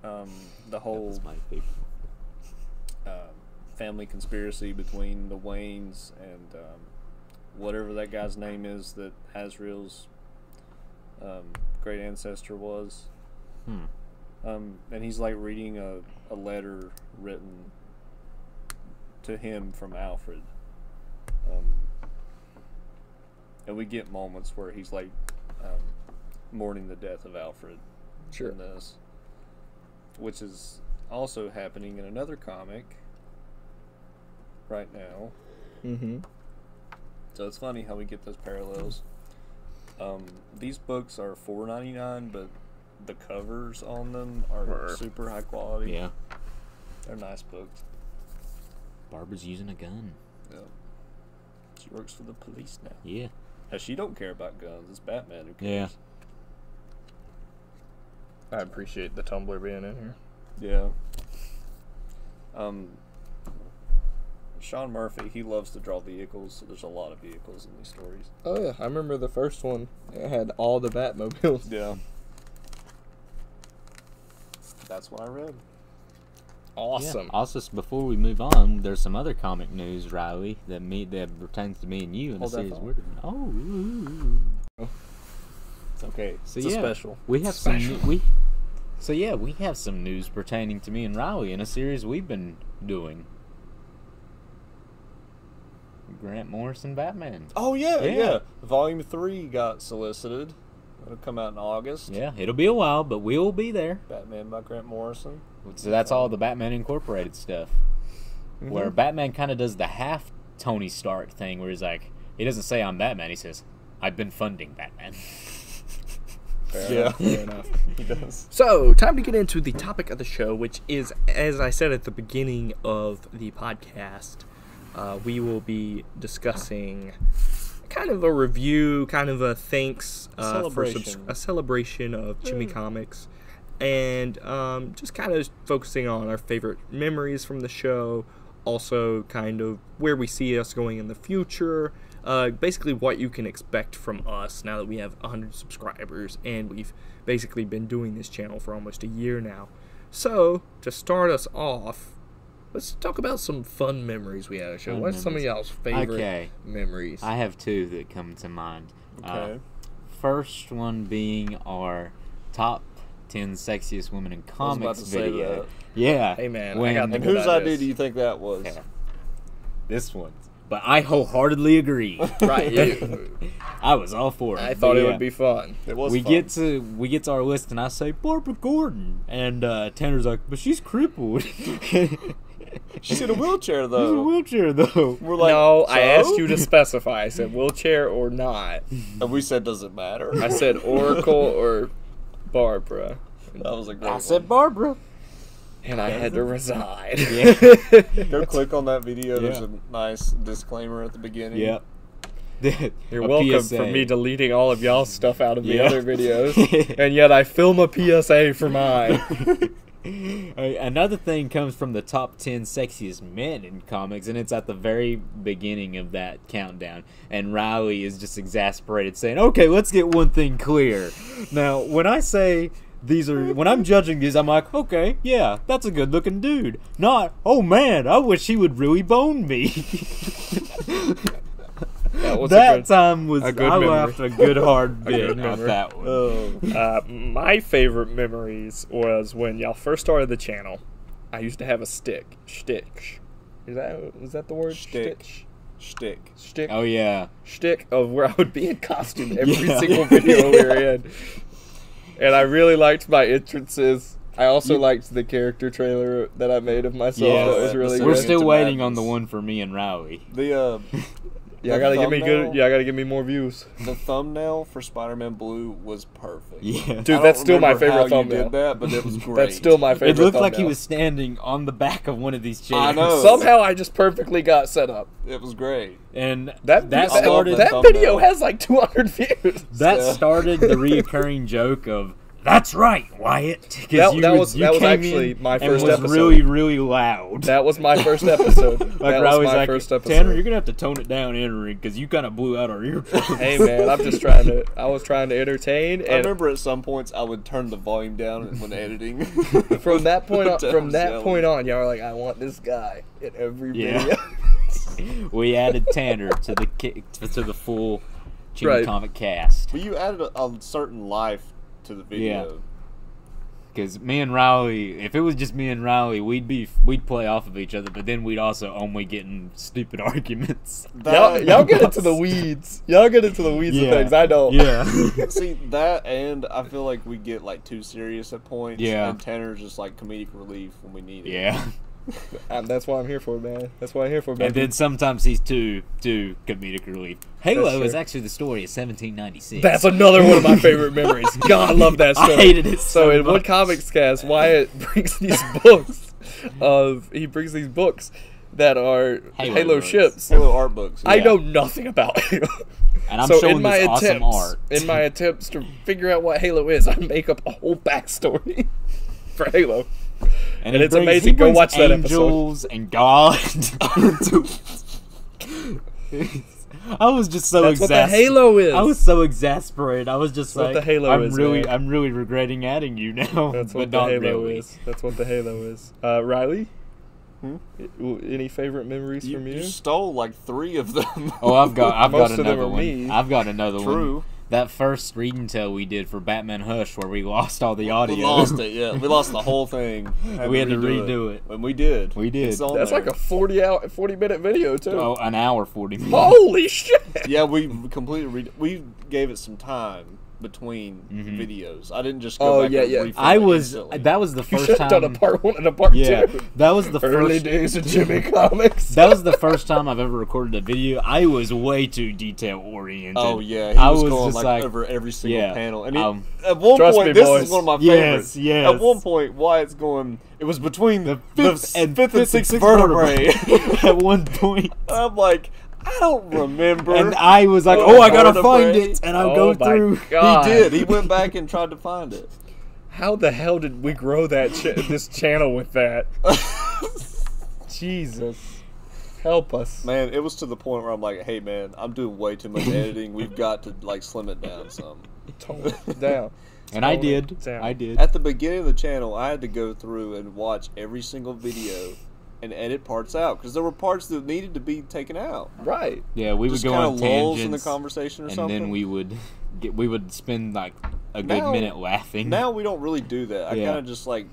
um, the
That
whole
was my favorite.
uh, family conspiracy between the Waynes and um, whatever that guy's name is that Azrael's um, great ancestor was.
Hmm.
Um, and he's like reading a, a letter written to him from Alfred. Um, and we get moments where he's like um, mourning the death of Alfred
Sure.
in this, which is also happening in another comic right now.
Mm-hmm.
So it's funny how we get those parallels. Um, these books are four ninety nine, but the covers on them are
Are-
super high quality.
Yeah,
They're nice books.
Barbara's using a gun.
Yeah. She works for the police now.
Yeah,
Now she don't care about guns. It's Batman who
yeah.
cares.
I appreciate the Tumblr being in here.
Yeah. Um. Sean Murphy, he loves to draw vehicles, so there's a lot of vehicles in these stories.
Oh yeah, I remember the first one. It had all the Batmobiles.
Yeah. That's what I read.
Awesome.
Yeah. Also, s- before we move on, there's some other comic news, Riley, that me that pertains to me and you, and
Hold
the
that
series
thought.
we're doing. Oh, ooh, ooh, ooh.
It's okay.
So
it's
yeah,
a special.
we have
Special.
some we. So yeah, we have some news pertaining to me and Riley in a series we've been doing. Grant Morrison Batman.
Oh yeah,
Yeah.
yeah, Volume three got solicited. It'll come out in August.
Yeah, it'll be a while, but we'll be there.
Batman by Grant Morrison.
So that's all the Batman Mm-hmm. Incorporated stuff, where Batman kind of does the half Tony Stark thing, where he's like, He doesn't say I'm Batman. He says I've been funding Batman.
Fair
Yeah.
enough, fair enough. He does.
So, time to get into the topic of the show, which is, as I said at the beginning of the podcast, uh, we will be discussing kind of a review, kind of a thanks, uh, For
celebration.
subs- a celebration of Jimmy
Mm.
Comics, and um, just kind of focusing on our favorite memories from the show, also kind of where we see us going in the future. Uh, basically, what you can expect from us now that we have 100 subscribers and we've basically been doing this channel for almost a year now. So, to start us off, let's talk about some fun memories we had on the show.
Fun
What's some of
memories.
y'all's favorite
Okay.
memories?
I have two that come to mind. Uh,
Okay.
first one being our top ten sexiest women in
was about
comics
to say
video.
that.
Yeah.
Hey, man, I
When
got the
and
Think
whose
about
idea
this.
do you think that was?
Yeah. this one. But I wholeheartedly agree.
right, you.
I was all for it.
I thought
But
it
yeah.
would be fun.
It was.
we
fun.
get to we get to our list and I say Barbara Gordon and uh, Tanner's like, but she's crippled. she's
She's in a wheelchair
in
Oh.
a
though.
wheelchair though.
We're like,
no, I
so?
asked you to specify. I said wheelchair or not.
And we said, does it matter?
I said Oracle or Barbara,
that was a great.
I
one.
said Barbara.
and I had to resign.
Yeah.
Go click on that video. There's
Yeah.
a nice disclaimer at the beginning.
yep.
You're
A
welcome
PSA.
for me deleting all of y'all's stuff out of the
Yeah.
other videos, and yet I film a PSA for mine.
Alright, Another thing comes from the top 10 sexiest men in comics, and it's at the very beginning of that countdown. And Riley is just exasperated, saying, Okay, let's get one thing clear. Now, when I say these are, when I'm judging these, I'm like, Okay, yeah, that's a good looking dude. Not, Oh man, I wish he would really bone me.
That was a
that
good-
time was,
a good
I
memory.
laughed a good hard bit
good
at
memory.
that one.
Oh,
Uh, my favorite memories was when y'all first started the channel. I used to have a stick. Shtick. Is that is that the word?
Shtick.
Shtick.
shtick.
Shtick.
oh, yeah.
Shtick of where I would be in costume every
Yeah.
single video we were in. And I really liked my entrances. I also liked the character trailer that I made of myself.
Yes.
that was really
So
We're
good.
it's
still
into
waiting on the
madness.
one for me and Riley.
The uh,
yeah, I gotta give me good.
thumbnail-
Yeah, I gotta give me more views.
the thumbnail for Spider-Man Blue was perfect.
Yeah.
Dude,
I
that's
don't
still my
remember
favorite
how you did
thumbnail.
that, but it was great.
That's still my favorite.
It looked like he
thumbnail.
was standing on the back of one of these chairs.
I know.
Somehow I just perfectly got set up.
It was great.
And
That
that
that,
I love
started
that
that
thumbnail.
video has like 200 views.
that
Yeah.
started the reoccurring joke of that's right, Wyatt. 'Cause
That- that
would-
was- that was
came
actually
in
my
and
first
was
episode.
really really loud.
That was my first episode.
like
that was
Riley's
my
like,
first episode.
Tanner, you're gonna have to tone it down entering because you kind of blew out our earplugs.
hey man, I'm just trying to. I was trying to entertain,
I
and
remember at some points I would turn the volume down when editing.
from that point on,
That
from
was
that
yelling.
point on, y'all are like, I want this guy in every
Yeah.
video.
we added Tanner to the ki- to the full Ching
Right.
Comic cast
But you added a, a certain life to the video.
because me and Riley, if it was just me and Riley, we'd be we'd play off of each other, but then we'd also only get in stupid arguments.
y'all,
That-
y'all get into the weeds. Y'all get into the weeds of things. I don't.
Yeah.
See that, and I feel like we get like too serious at points.
Yeah.
and Tanner's just like comedic relief when we need it.
yeah.
Um, that's what I'm here for, man. That's what I'm here for, man.
And then sometimes he's too too comedic relief. Halo
That's
is
true.
actually the story of 1796.
that's another one of my favorite memories. God, I love that
I
story.
hated it
So,
so
in one
much.
comics cast, Wyatt brings these books of he brings these books that are Halo,
Halo books.
ships.
Halo art books.
I
yeah.
know nothing about Halo.
and I'm showing this awesome
attempts,
art.
in my attempts to figure out what Halo is, I make up a whole backstory for Halo.
and
it's amazing. Go watch that episode.
angels and God. into- I was just so
That's what the
exasperated.
Halo is.
I was so exasperated. I was just
what
like,
the Halo
I'm
is,
really,
man.
I'm really regretting adding you now.
That's
but
what the
not
Halo
really. Hmm?
is. That's what the Halo is. Uh, Riley, I- w- any favorite memories
You,
from you?
you stole like three of them.
Oh, I've got, I've
Most
got
of them
another
are
one.
me.
I've got another one.
True.
That first read and tell we did for Batman Hush, where we lost all the audio.
We lost it. Yeah, we lost the whole thing.
We had to redo it.
and we did.
We did.
It's on
That's
there.
like a forty out, forty minute video too.
Oh, an hour forty minutes.
Holy shit!
Yeah, we completely re- we gave it some time. between videos. I didn't just go
Oh,
back
yeah,
and
yeah.
refill
I
it
was.
instantly.
That was the
You
first
should have
time.
done a part one and a part
yeah,
two.
that was the
Early
first.
days of Jimmy Comics.
That was the first time I've ever recorded a video. I was way too detail oriented.
Oh yeah, he
I
was,
was
going
just
like,
like,
over every single
yeah,
panel, and he,
um,
at one
Trust
point,
me,
this
boys.
is one of my
Yes,
favorites.
yes.
At one point, Wyatt's going. It was between the fifth, and, fifth and sixth
vertebrae.
vertebrae.
at one point.
I'm like, I don't remember.
And I was like,
Oh,
"Oh, I gotta
vertebrae.
find it," and I
Oh
go
my
through.
God.
he did. He went back and tried to find it.
How the hell did we grow that ch- this channel with that? Jesus, help us.
Man, it was to the point where I'm like, hey man, I'm doing way too much editing. We've got to like slim it down some.
Tone it down.
And I
Tone it
did.
down.
I did.
At the beginning of the channel, I had to go through and watch every single video and edit parts out because there were parts that needed to be taken out.
Right.
Yeah, we would
Just
go
kind
on
of lulls in the
tangents,
conversation or
and
something.
then we would get. We would spend like a good
Now-
minute laughing.
now we don't really do that. I
Yeah.
kind of just like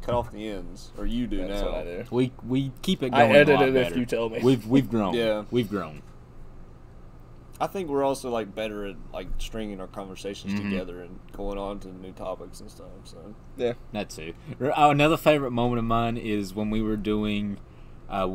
cut off the ends, or you do
That's
now.
what I do.
we we keep it
I
going. a
edit
lot
it if
better.
you tell me.
We've we've grown.
Yeah.
we've grown.
I think we're also like better at like stringing our conversations
Mhm.
together and going on to new topics and stuff. So
Yeah.
That too. R- Oh, another favorite moment of mine is when we were doing, uh,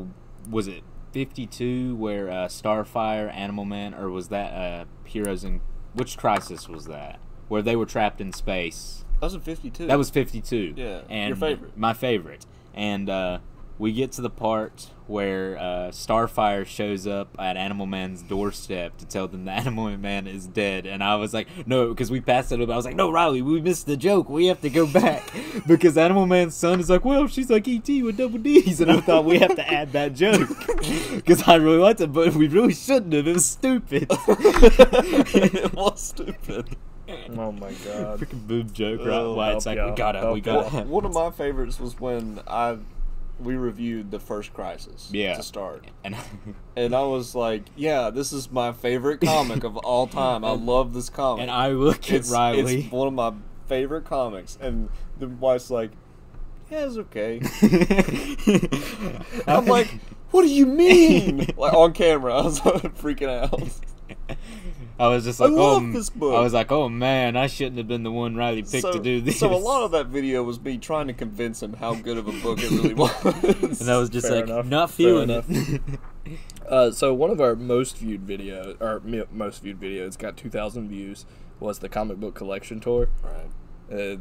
was it fifty two where uh, Starfire, Animal Man, or was that uh, Heroes in which Crisis was that? Where they were trapped in space.
that was in '52.
That was 52.
Yeah,
And
your favorite.
My favorite. And uh, we get to the part where uh, Starfire shows up at Animal Man's doorstep to tell them the Animal Man is dead. And I was like, no, because we passed it up. I was like, no, Riley, we missed the joke. We have to go back. because Animal Man's son is like, well, she's like E.T. with double D's. And I thought we have to add that joke. Because I really liked it, but we really shouldn't have. It was stupid.
it was stupid.
Oh my god.
Freaking boob joke, right?
Oh,
Why it's
help
like,
y'all,
we gotta,
help
we
y'all.
gotta.
One- One of my favorites was when I we reviewed the first Crisis.
Yeah.
To start,
And
and I was like, yeah, this is my favorite comic of all time. I love this comic.
and I look at
it's,
Riley.
it's one of my favorite comics, and the wife's like, yeah, it's okay. I'm like, what do you mean? like on camera, I was like, freaking out.
I was just like, oh,
love
m-
this book.
I was like, oh man, I shouldn't have been the one Riley picked
so,
to do this.
so a lot of that video was me trying to convince him how good of a book it really was.
and I was just
Fair
like,
enough,
not
fair
feeling
enough.
it.
Uh, so one of our most viewed videos, our mi- most viewed videos, got 2,000 views. Was the comic book collection tour?
Right.
Uh,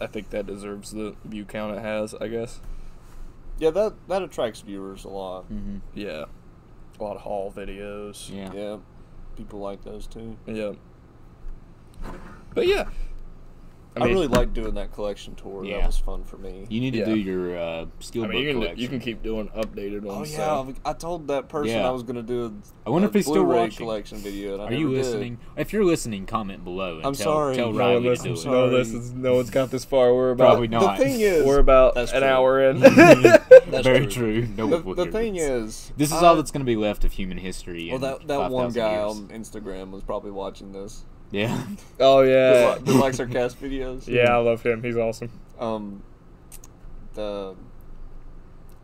I think that deserves the view count it has. I guess.
Yeah, that that attracts viewers a lot.
Yeah. A lot of haul videos.
yeah.
Yeah, people like those too.
Yeah. But yeah.
I,
mean-
really like doing that collection tour.
Yeah.
That was fun for me.
You need to
Yeah.
do your uh, steel
I mean,
book
you can,
collection.
you can keep doing updated
Oh
ones.
yeah, I've- I told that person
Yeah.
I was gonna do. A,
I wonder
a
if he's still
Blu-ray
watching.
collection video. And I
Are
never
you
did.
listening? If you're listening, comment below. And
I'm
tell,
sorry.
Tell
No
No
Riley
one
to
listens.
listens.
do
I'm
it.
No one
sorry.
listens. No one's got this far. We're about
Probably
The
not.
thing is,
we're about
That's
an
true.
hour in.
Very true. No
the,
one will
the
hear
thing
this.
is,
this is
I-
all that's going to be left of human history.
Well,
in
that that one
5,000
guy
years.
on Instagram was probably watching this.
yeah.
oh
Uh,
The,
yeah.
li- the likes our cast videos.
Yeah, I love him. He's awesome.
Um, the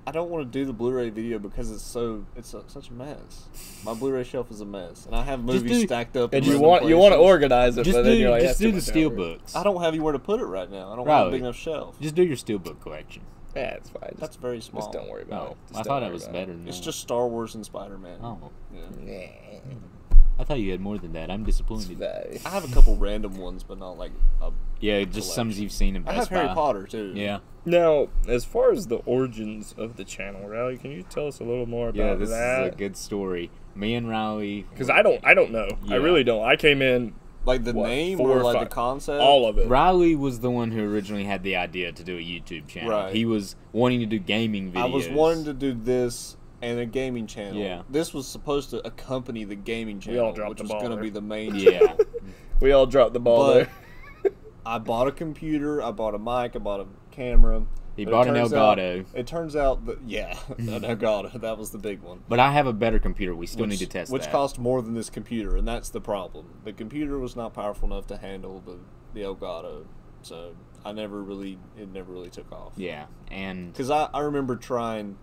I don't want to do the Blu-ray video because it's so it's a, such a mess. My Blu-ray shelf is a mess, and I have movies
do-
stacked up. in
And you
random
want you want to
places.
organize it,
Just
but then you're
do,
like, that's
just do
too
the
much
steel
effort.
books.
I don't have anywhere to put it right now. I don't have a
Riley.
big enough shelf.
Just do your steelbook collection.
Yeah, it's fine. Just,
That's very small.
just don't worry about
Oh,
it.
I
Just
thought
don't
it
worry
was
about
better than
It's
that.
just Star Wars and Spider-Man.
Oh,
Yeah.
I thought you had more than that. I'm disappointed.
Nah.
I have a couple random ones, but not like a,
Yeah, just some you've seen in
I
Best
have Harry
Buy.
Potter too.
Yeah,
Now, as far as the origins of the channel, Riley, can you tell us a little more about
yeah. This is
that?
a good story. Me and Riley.
Because I don't, I don't know. I
Yeah.
really don't. I came in
Like the
What,
name
four
or
or
like
five-
the
Uh,
concept.
all of it.
Riley was the one who originally had the idea to do a YouTube channel.
Right.
He was wanting to do gaming videos.
I was wanting to do this and a gaming channel.
Yeah.
This was supposed to accompany the gaming channel,
all dropped
which
the
was
ball
going to
there.
be the main.
Yeah.
We all dropped the ball
But
there.
I bought a computer. I bought a mic. I bought a camera.
He
But it
bought an
turns
Elgato.
out- it turns out that yeah, an Elgato. That was the big one.
but I have a better computer. We still
which,
need to test
which
that.
cost more than this computer, and that's the problem. The computer was not powerful enough to handle the the Elgato, so I never really it never really took off.
Yeah, and
Because I, I remember trying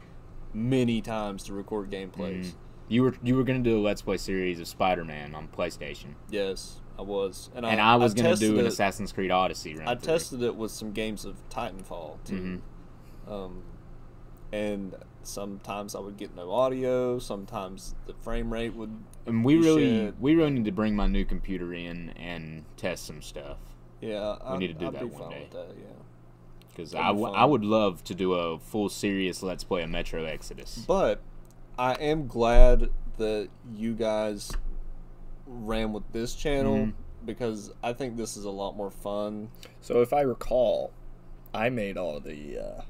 many times to record
Mm.
gameplays.
you were you were gonna do a Let's Play series of Spider Man on PlayStation.
Yes, I I was, and,
and I was gonna
Uh, tested
do an
it-
Assassin's Creed Odyssey run.
I
through.
tested it with some games of Titanfall too.
Mm-hmm.
Um, and sometimes I would get no audio. Sometimes the frame rate would.
And we
You
really,
should.
we really need to bring my new computer in and test some stuff
Yeah, I
need to do
I'd
that
be
one
fine
day.
With that, yeah,
because
That'd
I,
be
w-
fun.
I would love to do a full serious Let's Play of Metro Exodus.
but I am glad that you guys ran with this channel
Mm-hmm.
because I think this is a lot more fun.
So if I recall, I made all the uh,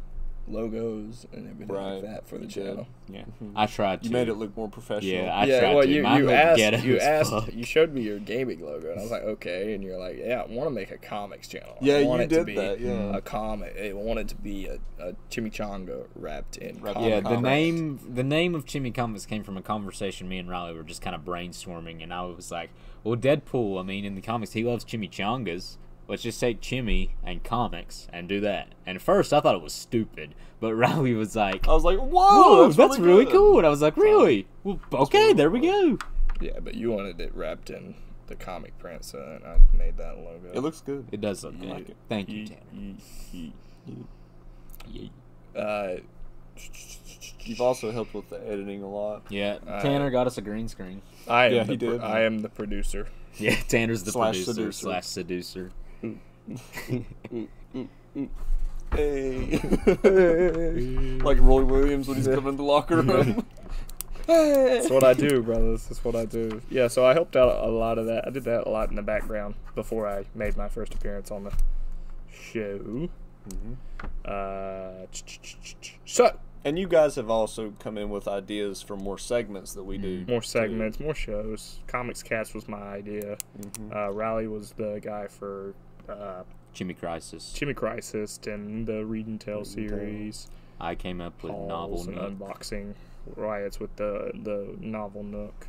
logos and everything
Right,
like that for the
you did.
channel.
Yeah, I tried to.
Mm-hmm. You made it look more professional.
Yeah, I
yeah,
tried
well,
to.
you,
Mine
you
looked ghetto
asked, you
as
asked,
fuck.
you showed me your gaming logo, and I was like, okay. And you're like, yeah, I want to make a comics channel. I
Yeah, you
want it to
did
be
that, yeah.
a comic. I want it to be a, a chimichanga wrapped in.
Wrapped
comic.
in
Yeah, the
Conrad.
name the name of Chimichangas came from a conversation me and Riley were just kind of brainstorming, and I was like, "Well, Deadpool. I mean, in the comics, he loves chimichangas. Let's just take Chimmy and comics and do that." And at first, I thought it was stupid, but Riley was like,
I was like, whoa,
"Whoa, that's,
Oh, that's,
really,
good."
cool!" And I was like, "Really? Well, okay,
really
there we go."
Yeah, but you wanted it wrapped in the comic print, so then I made that logo.
It looks good.
It does look
Yeah.
good. Thank you,
Ye-
Tanner.
ye- ye-
Yeah,
Uh,
You've also helped with the editing a lot.
Uh,
Tanner got us a green screen.
I am
Yeah,
the
he
pro-
did.
I am the producer.
Yeah, Tanner's the
Slash
producer
seducer.
slash seducer.
Hey. like Roy Williams when he's coming in the locker room. hey.
That's what I do, brothers. That's what I do. Yeah, so I helped out a lot of that. I did that a lot in the background before I made my first appearance on the show. Mm-hmm. Uh, ch- ch- ch- ch- ch- so
And you guys have also come in with ideas for more segments that we do.
more segments, more shows. Comics Cast was my idea. Uh, Riley was the guy for uh,
Jimmy Crisis.
Jimmy Crisis and the Read and Tell series.
I came up with novel
novels and
nook.
unboxing riots with the the novel Nook,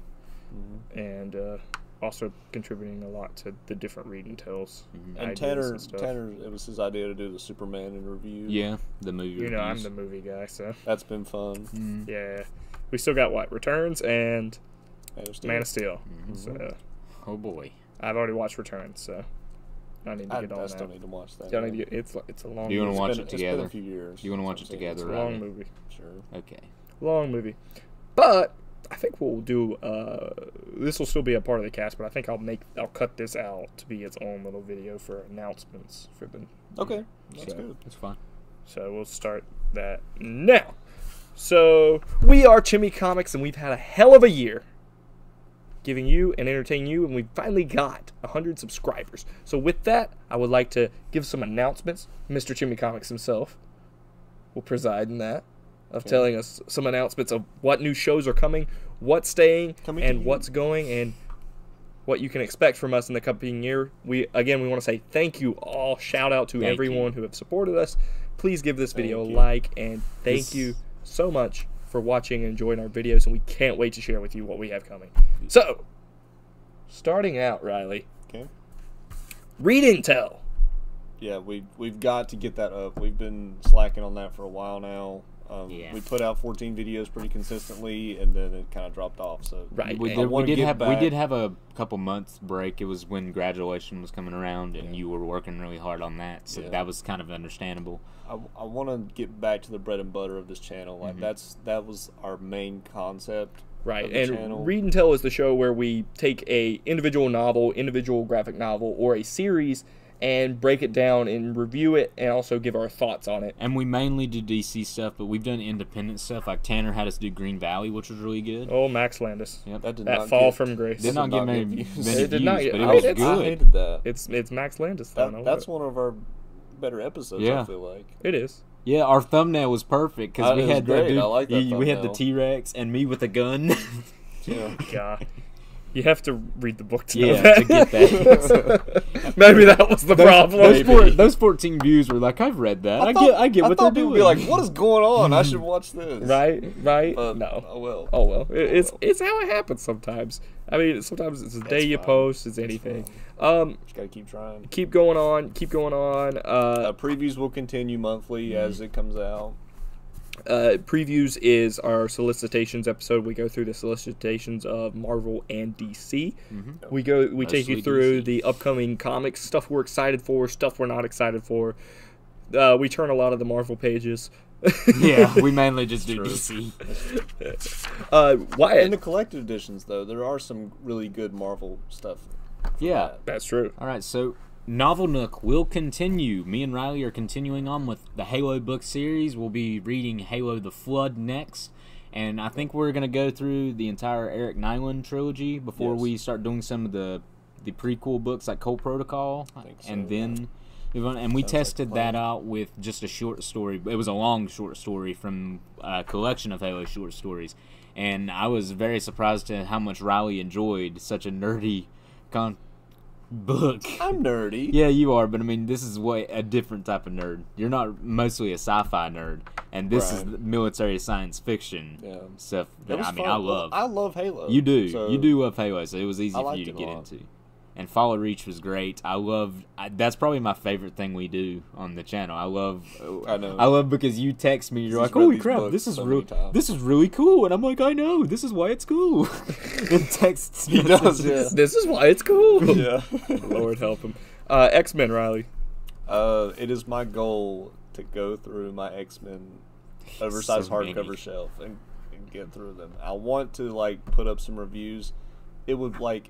Mm-hmm.
and uh, also contributing a lot to the different read and tells.
And
Mm-hmm.
ideas
Tanner,
and stuff.
Tanner, it was his idea to do the Superman in review.
Yeah, the movie.
you know, I'm
reviews.
the movie guy, so
Mm-hmm.
That's been fun.
yeah. We still got what Returns and
Man of Steel.
Man of Steel.
Mm-hmm.
So
Oh boy.
I've already watched Returns, so I need to
I,
get
I
on
still
that.
need to watch that.
Yeah, I need to get, it's it's a long
Do you want to
movie.
watch
Been-
it
it's been
together?
a few years.
You wanna
since
watch
I've
it
seen
together,
It's a
right?
long movie,
Sure.
Okay.
long movie, but. I think we'll do. Uh, this will still be a part of the cast, but I think I'll make I'll cut this out to be its own little video for announcements for the
Okay, that's
So-
good.
That's fine.
So we'll start that now. So we are Chimmy Comics, and we've had a hell of a year giving you and entertaining you, and we finally got 100 subscribers. So with that, I would like to give some announcements. Mr. Chimmy Comics himself will preside in that of telling us some announcements of what new shows are coming, what's staying,
Coming to
and
you.
what's going, and what you can expect from us in the coming year. We again, we want to say thank you all. Shout out to
Thank
everyone who have supported us. Please give this video
Thank
a
you.
like and thank
This-
you so much for watching and enjoying our videos. And we can't wait to share with you what we have coming. So, starting out, Riley,
Okay.
read and tell.
Yeah, we we've got to get that up. We've been slacking on that for a while now. Um,
Yeah.
We put out 14 videos pretty consistently, and then it kind of dropped off. So
Right.
We
and-
did, we
wanna
did
get
have we
back-
did have a couple months break. It was when graduation was coming around, and you were working really hard on that, so
Yeah.
that was kind of understandable.
I, I want to get back to the bread and butter of this channel. Like that's that was our main concept.
Mm-hmm. Right,
of the
and
channel.
Read and Tell is the show where we take a individual novel, individual graphic novel, or a series, and break it down and review it, and also give our thoughts on it.
And we mainly do DC stuff, but we've done independent stuff. Like Tanner had us do Green Valley, which was really good.
Oh, Max Landis,
Yep.
That did
that
not
fall
get,
from grace.
did not
did
get
not
many, many
get views.
views,
It did not get-
but
I
it
mean,
was
it's-
I
good.
hated that.
It's it's Max Landis. Though, and I
that
love
that's
it.
one of our better episodes.
Yeah.
I feel like.
It is.
Yeah, our thumbnail was perfect because
That
we
is
had that
great.
dude.
I like that
you- we had the
thumbnail.
T Rex and me with a gun.
Yeah.
God, you have to read the book to know
yeah,
that.
to get that.
Maybe that was the problem.
Those, four, those 14 views were like, I've read that. I, get, I get what they're
thought people
doing.
would Be like, what is going on? I should watch this.
right, right.
But,
no.
Oh well.
Oh well, it, it's it's how it happens sometimes. I mean, sometimes it's the day you
fine.
post, it's anything. Um,
Just gotta keep trying.
keep going on, keep going on. Uh,
Mm-hmm.
Uh, previews will continue monthly as it comes out.
Uh, previews is our solicitations episode. We go through the solicitations of Marvel and DC.
Mm-hmm.
We go, we take you
Mostly
through
DC.
the upcoming comics, stuff we're excited for, stuff we're not excited for. Uh, we turn a lot of the Marvel pages.
yeah, we mainly just do DC.
Uh,
In the
Wyatt.
collected editions, though, there are some really good Marvel stuff.
Yeah.
That's true.
All right, so Novel Nook will continue. Me and Riley are continuing on with the Halo book series. We'll be reading Halo the Flood next. And I think we're going to go through the entire Eric Nyland trilogy before
Yes.
we start doing some of the the prequel books like Cold Protocol.
think so,
and then and we tested that out with just a short story. It was a long short story from a collection of Halo short stories, and I was very surprised at how much Riley enjoyed such a nerdy con- book.
I'm nerdy.
Yeah, you are, but I mean, this is what a different type of nerd. You're not mostly a sci-fi nerd, and this is
Right.
the military science fiction
Yeah.
stuff
It
that
was
I mean,
fun.
I love.
I love Halo.
you do,
so-
you do love Halo, so it was easy
I
for you
liked
to
it a
get
lot.
into. And Follow Reach was great. I love. I, that's probably my favorite thing we do on the channel. I love.
I know.
I love because you text me. You're
He's
like,
read
"Holy
these
crap!
books
This is
so
really,
many times."
this is really cool," and I'm like, "I know. This is why it's cool." and texts. He
does, yeah.
This is why it's cool.
Yeah.
Lord help him. Uh, X Men, Riley.
uh, it is my goal to go through my X Men oversized
So many.
hardcover shelf and, and get through them. I want to like put up some reviews. It would like,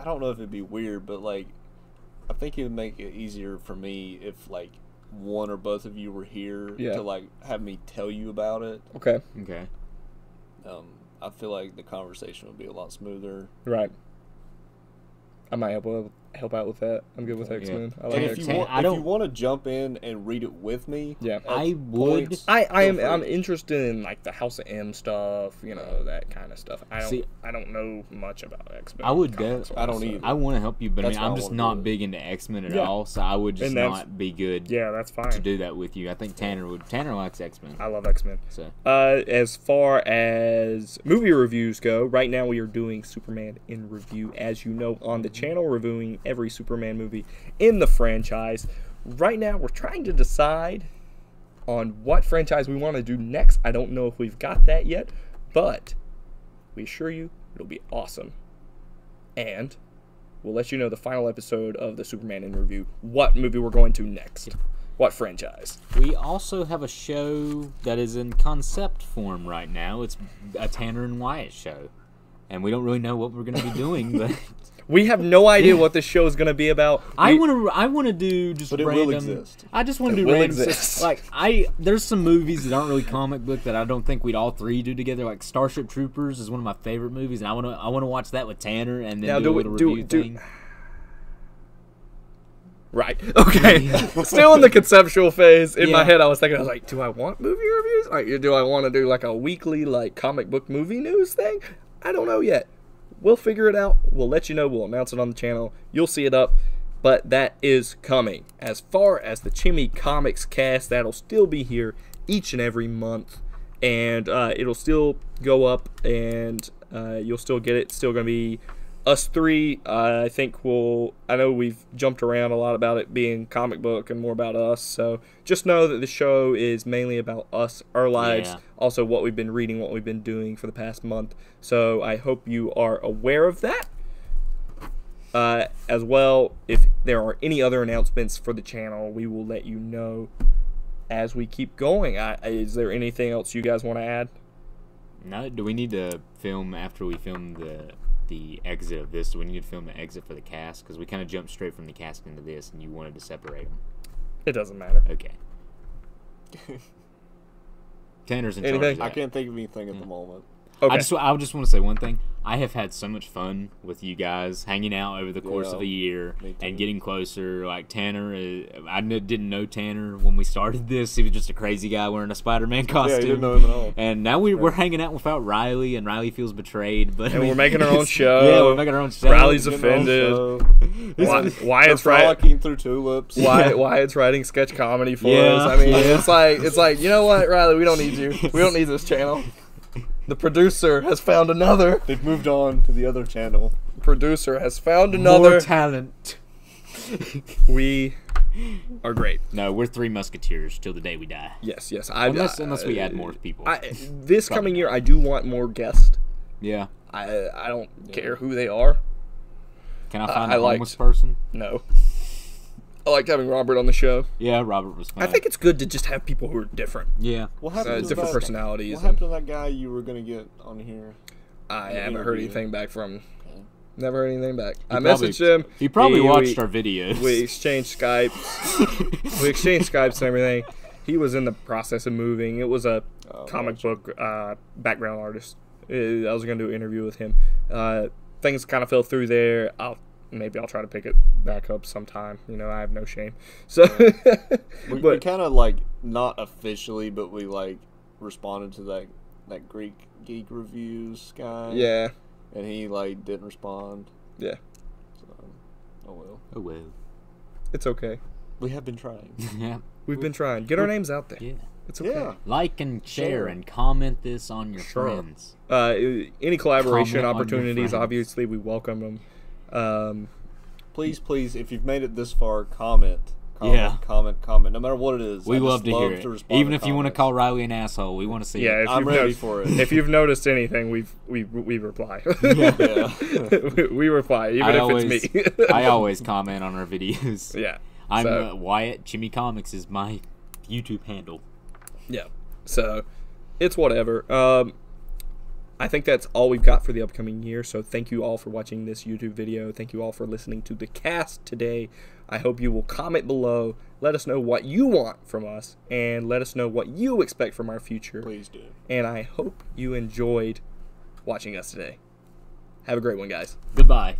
I don't know if it'd be weird, but like, I think it would make it easier for me if like one or both of you were here
Yeah.
to like have me tell you about it.
Okay.
Okay.
Um, I feel like the conversation would be a lot smoother.
Right. I might help out, help out with that. I'm good with X Men. I like
And
Yeah,
if
X Men.
you
Tan-
want,
I
if you
don't-
want to jump in and read it with me,
Yeah.
at
I would-
points,
I, I am
feel
I'm
free.
interested in like the House of M stuff, you know that kind of stuff. I don't
See-
I don't know much about X Men.
I would
go.
def-
I don't either.
I want to help you, but
That's
I
why
mean,
I
I'm just
wanna do
not
it.
big into X Men at
Yeah.
all, so I would just
And that's-
not be good
Yeah, that's fine.
to do that with you. I think Tanner would. Tanner likes X Men,
I love X Men.
so
Uh, as far as movie reviews go, right now we are doing Superman in review, as you know, on the channel, reviewing every Superman movie in the franchise. Right now, we're trying to decide on what franchise we want to do next. I don't know if we've got that yet, but we assure you it'll be awesome. And we'll let you know the final episode of the Superman in review what movie we're going to next, what franchise.
we also have a show that is in concept form right now. It's a Tanner and Wyatt show, and we don't really know what we're going to be doing. But
We have no idea what this show is going to be about.
I
We-
want to. I want to do just
But it will
random.
exist.
I just want
It
to do
will
random. stuff.
exist.
Like I, there's some movies that aren't really comic book that I don't think we'd all three do together. Like Starship Troopers is one of my favorite movies, and I want to. I want to watch that with Tanner, and then
Now,
do,
do
a
we-
little
do-
review
do-
thing.
Right. Okay. Still in the conceptual phase. In my
Yeah.
head, I was thinking, I was like, do I want movie reviews? Like, do I want to do like a weekly like comic book movie news thing? I don't know yet. We'll figure it out. We'll let you know. We'll announce it on the channel. You'll see it up. But that is coming. As far as the Chimmy Comics cast, that'll still be here each and every month. And uh, it'll still go up and uh, you'll still get it. It's still going to be us three, uh, I think we'll. I know we've jumped around a lot about it being comic book and more about us. So just know that the show is mainly about us, our lives,
Yeah.
also what we've been reading, what we've been doing for the past month. So I hope you are aware of that. Uh, as well, if there are any other announcements for the channel, we will let you know as we keep going. I, is there anything else you guys want to add?
No, do we need to film after we film the the exit of this? Do we need to film the exit for the cast? Because we kind of jumped straight from the cast into this, and you wanted to separate them.
It doesn't matter.
Okay. Tanner's in charge.
Anything?
Of that.
I can't think of anything
Mm.
at the moment.
Okay.
I just I just want to say one thing. I have had so much fun with you guys hanging out over the course of a
Yeah,
year
me too.
and getting closer. Like Tanner, uh, I kn- didn't know Tanner when we started this. He was just a crazy guy wearing a Spider-Man costume.
didn't know him at all.
And now we, we're hanging out without Riley, and Riley feels betrayed. But I
and we're
mean,
making our own
it's-
show.
Yeah, we're making our own show.
Riley's
You know,
offended.
so-
Why, why
They're
it's right?
frolicking through tulips.
Why why it's writing sketch comedy for
Yeah,
us? I mean,
yeah.
it's like it's like you know what, Riley? We don't need you. We don't need this channel. The producer has found another.
They've moved on to the other channel.
Producer has found
more
another.
talent.
we are great.
No, we're three musketeers till the day we die.
Yes, yes. I,
Unless,
I- uh,
unless we add more people.
I, this coming year, I do want more guests.
yeah.
I I don't care who they are.
Can I find
I
a
liked-
homeless person?
No. I like having Robert on the show.
Yeah, Robert was fine.
I think it's good to just have people who are different,
Yeah.
What
uh,
happened? to
different
that,
personalities.
What
and-
happened to that guy you were gonna get on here?
I haven't heard
interview.
anything back from him. Never heard anything back. I
probably-
messaged him.
He probably
We-
watched
we,
our videos.
We exchanged Skypes. we exchanged Skypes and everything. He was in the process of moving. It was a comic book uh, background artist. Uh, I was gonna do an interview with him. Uh, things kind of fell through there. I'll maybe I'll try to pick it back up sometime. You know, I have no shame. So,
We, we
but
kind of like not officially, but we like responded to that that Greek geek reviews guy.
yeah,
and he like didn't respond.
yeah,
So, oh well.
Oh, well.
it's okay.
We have been trying.
yeah.
We've been trying. Get our names out there.
Yeah.
It's okay.
yeah,
Like and share
Sure.
and comment this on your
Sure.
friends.
uh, any collaboration
Comment on your
opportunities,
friends.
obviously, we welcome them. Um,
please, please, if you've made it this far, comment. Comment,
Yeah.
comment, comment. No matter what it is,
We
I just
love to hear it.
respond
Even if you want to
comments.
call Riley an asshole, we want to see
yeah,
it.
if
I'm
you've
ready
noticed,
for it.
If you've noticed anything, we've we we reply.
Yeah.
we, we reply, even
I
if
always,
it's me.
I always comment on our videos.
yeah,
I'm
so-
uh, Wyatt. Jimmy Comics is my YouTube handle.
yeah. So it's whatever. Um, I think that's all we've got for the upcoming year. So thank you all for watching this YouTube video. Thank you all for listening to the cast today. I hope you will comment below. Let us know what you want from us, and let us know what you expect from our future.
please do.
and I hope you enjoyed watching us today. Have a great one, guys.
Goodbye.